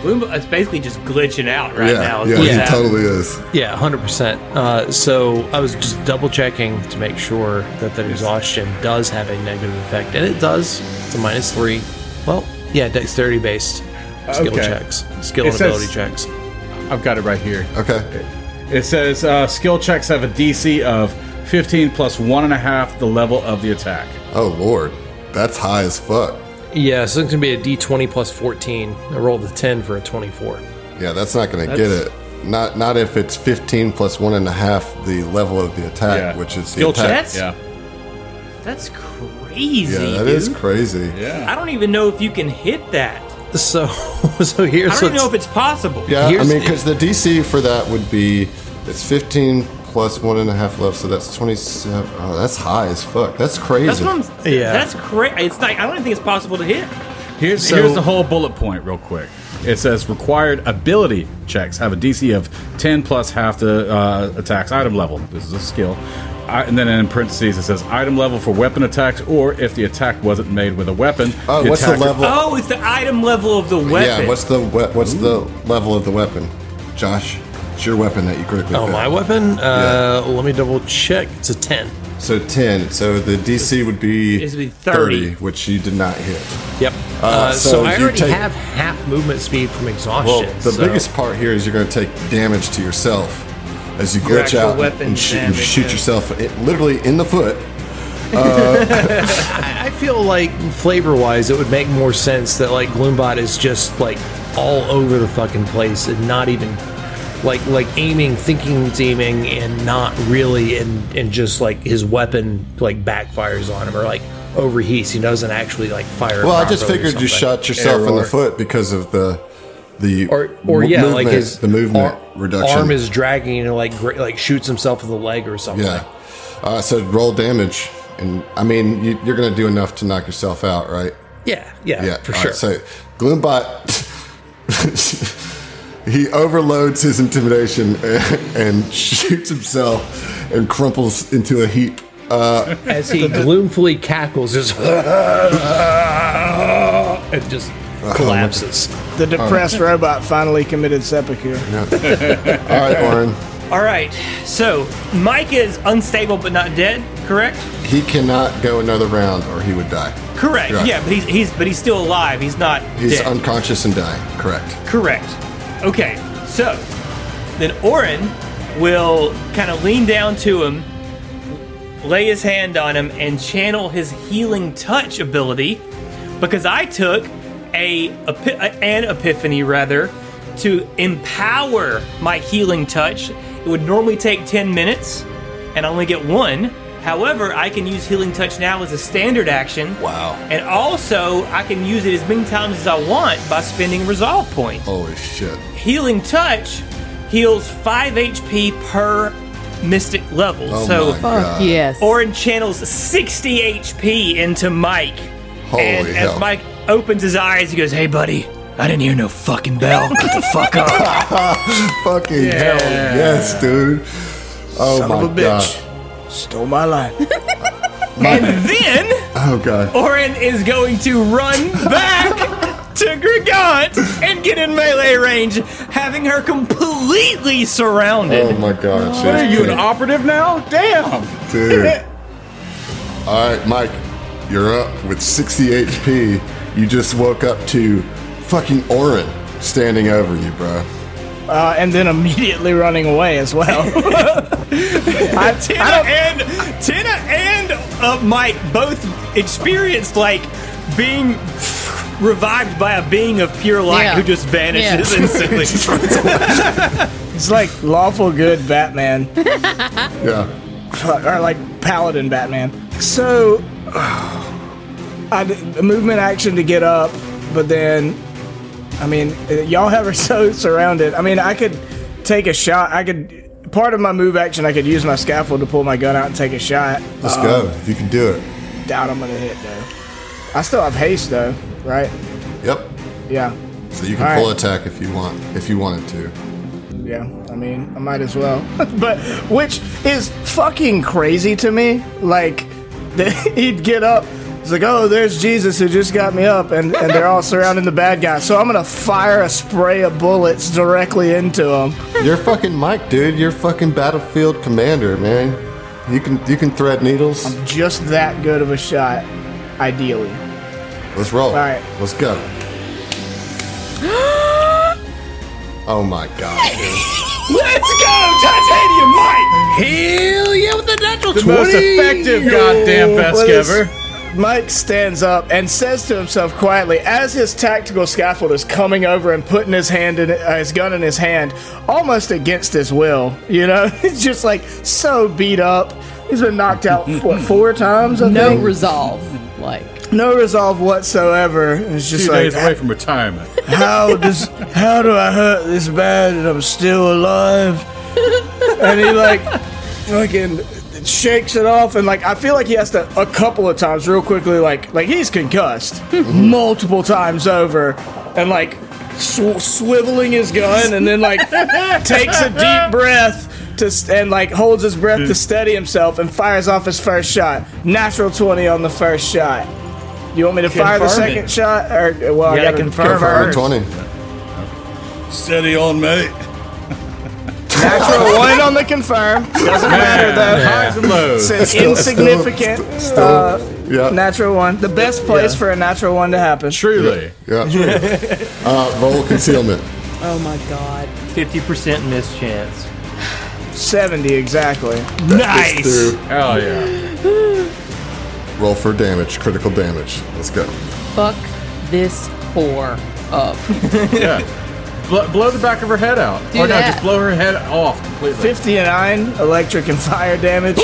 Gloomba, it's basically just glitching out right yeah, now. is yeah, what's he Yeah. happening. totally is. Yeah, hundred percent. uh, So I was just double checking to make sure that the exhaustion does have a negative effect, and it does. It's a minus three. Well, yeah, dexterity based skill Okay. checks, skill It and ability says- checks. I've got it right here. Okay. It says uh, skill checks have a DC of 15 plus one and a half the level of the attack. Oh lord, that's high as fuck. Yeah, so it's gonna be a D20 plus 14. I rolled a 10 for a 24. Yeah, that's not going to get it. Not not if it's fifteen plus one and a half the level of the attack, Yeah. which is skill the attack. check. That's- Yeah. That's crazy. Yeah, that dude. is crazy. Yeah. I don't even know if you can hit that. So, so I here's don't even what's- know if it's possible. Yeah, Here's- I mean, because the DC for that would be it's fifteen plus one and a half left, so that's twenty-seven. Oh, that's high as fuck. That's crazy. That's what I'm. Yeah. That's crazy. It's like I don't even think it's possible to hit. Here's, So- here's the whole bullet point, real quick. It says required ability checks have a DC of 10 plus half the uh, attack's item level. This is a skill. I, and then in parentheses, it says item level for weapon attacks, or if the attack wasn't made with a weapon. oh, what's the attacker- level? Oh, it's the item level of the weapon. Yeah, what's the we- what's the level of the weapon, Josh? It's your weapon that you critically Oh, failed. my weapon? Uh, Let me double check. It's a 10. So ten. So the DC would be It's be 30. which you did not hit. Yep. Uh, so, so I you already take- have half movement speed from Well, exhaustion. the so- biggest part here is you're going to take damage to yourself as you glitch actual out weapon and shoot, you damage, shoot yeah. yourself i literally in the foot. I, I feel like flavor wise, it would make more sense that like Gloombot is just like all over the fucking place and not even like like aiming, thinking it's aiming, and not really, and and just like his weapon like backfires on him or like overheats. He doesn't actually like fire. Well, I just properly or figured you something. shot yourself in the Or- foot because of the the Or, or mo- yeah, like movement- his the movement ar- reduction. arm is dragging and like gra- like shoots himself in the leg or something. yeah. Uh, so roll damage, and I mean you, you're going to do enough to knock yourself out, right? yeah, yeah, Yeah, Uh, for all right, so sure. Gloombot, he overloads his intimidation and, and shoots himself and crumples into a heap. Uh, as he gloomfully cackles, just and just Uh-huh. collapses. The depressed robot finally committed seppuku. all right, Oren, All right. So Mike is unstable but not dead. Correct. he cannot go another round or he would die. Correct. Right. Yeah, but he's he's but he's still alive. He's not He's dead. unconscious and dying. Correct. Correct. Okay, so then Orin will kind of lean down to him, lay his hand on him, and channel his healing touch ability because I took a, epi- an epiphany rather to empower my healing touch. It would normally take 10 minutes, and I only get one. However, I can use healing touch now as a standard action. Wow. And also, I can use it as many times as I want by spending resolve point. Holy shit. Healing touch heals 5 HP per mystic level. Oh so my Fuck God. yes. Orin channels 60 HP into Mike. Holy and hell. as Mike opens his eyes, he goes, Hey, buddy, I didn't hear no fucking bell. Get the fuck up. Fucking hell. Yes, dude. Oh Son my of a bitch. Stole my line. God. My- and then oh god. Orin is going to run back to Grigant and get in melee range, having her completely surrounded. Oh my gosh. What Are you an operative now? Damn. Dude. All right, Mike, you're up with 60 HP. You just woke up to fucking Orin standing over you, bro. Uh, and then immediately running away as well. I, Tina I don't- and Tina and uh, Mike both experienced like being revived by a being of pure light Yeah. who just vanishes Yeah. instantly. it's like lawful good Batman. Yeah. or like paladin Batman. So, I d- a movement action to get up, but then, I mean, uh, y'all have her so surrounded. I mean, I could take a shot. I could. Part of my move action, I could use my scaffold to pull my gun out and take a shot. Let's Uh, go. You can do it. Doubt I'm gonna hit though. I still have haste though, right? Yep. Yeah, So you can All full right. attack if you want, if you wanted to. yeah. I mean, I might as well. but which is fucking crazy to me. Like, that he'd get up. It's like, oh, there's Jesus who just got me up, and, and they're all surrounding the bad guy. So I'm gonna fire a spray of bullets directly into him. You're fucking Mike, dude. You're fucking battlefield commander, man. You can you can thread needles. Just that good of a shot, ideally. Let's roll. All right. Let's go. Oh my god, dude. Let's go, Titanium Mike! Hell yeah, with the natural the most effective goddamn best Well, this- ever. Mike stands up and says to himself quietly, as his tactical scaffold is coming over and putting his hand in uh, his gun in his hand, almost against his will. You know, he's just like so beat up. He's been knocked out what four times? I No think? resolve. Like, no resolve whatsoever. And It's just Two like days away from retirement. how does how do I hurt this bad and I'm still alive? And he like fucking shakes it off and like I feel like he has to a couple of times real quickly like like he's concussed Mm-hmm. multiple times over and like sw- swiveling his gun and then like takes a deep breath to st- and like holds his breath to steady himself and fires off his first shot natural 20 on the first shot you want me to fire the Confirm it. second shot or well I Yeah, gotta confirm it. Fire First. 20. Steady on, mate. Natural one on the confirm. Doesn't matter though. Highs and lows. It's Still- insignificant. uh, Yeah. natural one. The best place for a natural one to happen. Truly. yeah. uh, roll concealment. oh my god. 50% miss chance. 70 exactly. Nice. Hell yeah. Roll for damage, critical damage. Let's go. Fuck this whore up. Yeah. Blow, blow the back of her head out. Do or no, that. just blow her head off completely. 59 electric and fire damage.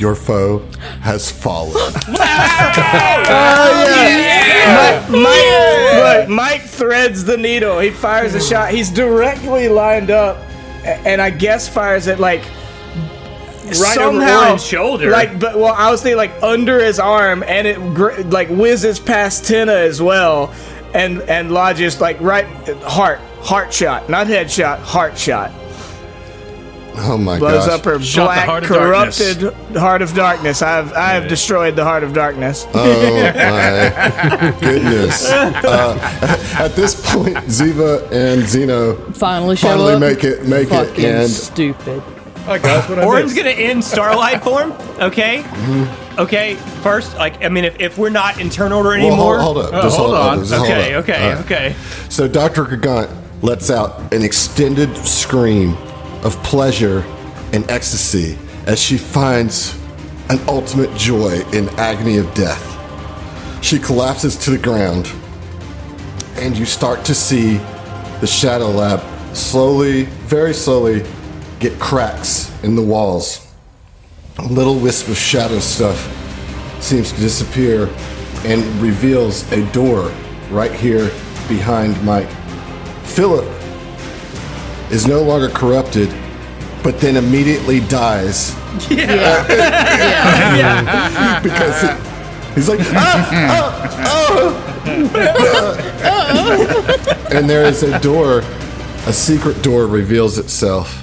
Your foe has fallen. Mike, look, Mike threads the needle. He fires a shot. He's directly lined up, a- and I guess fires it like right over somehow, Warren's shoulder. Like, but well, I was thinking like under his arm, and it gr- like whizzes past Tina as well, and and lodges like right heart heart shot, not head shot, heart shot. Oh my Blows gosh. up her Shot the black heart of corrupted heart of darkness. I've I have destroyed the heart of darkness. Oh my goodness. Uh, at this point, Ziva and Zeno Finally show finally up. make it, make Fucking it, and stupid. Orin's gonna end Starlight form, okay? Okay, first, like, I mean, if, if we're not in turn order Mm-hmm. Well, anymore. Oh, hold, hold up. Uh, just hold hold, on. on. Just hold Okay, up. okay, All right. okay. So Dr. Gagant lets out an extended scream of pleasure and ecstasy as she finds an ultimate joy in agony of death. She collapses to the ground, and you start to see the Shadow Lab slowly, very slowly, get cracks in the walls. A little wisp of shadow stuff seems to disappear and reveals a door right here behind Mike. Philip is no longer corrupted, but then immediately dies. Yeah. because he- he's like, "Ah, ah, ah." and there is a door, a secret door reveals itself.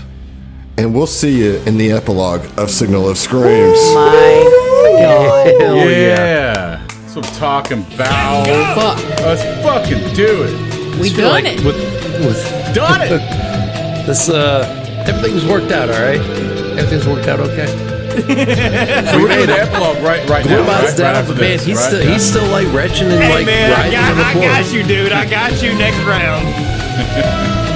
And we'll see you in the epilogue of Signal of Screams. Yeah. Oh, That's what I'm talking about. Fuck. Let's fucking do it. We feel done like it. With, with Done it. this, uh, everything's worked out. All right, everything's worked out okay. so we're doing the epilogue right, right now. Right, Robot's right down, after but man, this, he's right? still he's still like retching and Hey, like man, I writhing got, on the I floor. got you, dude. I got you next round.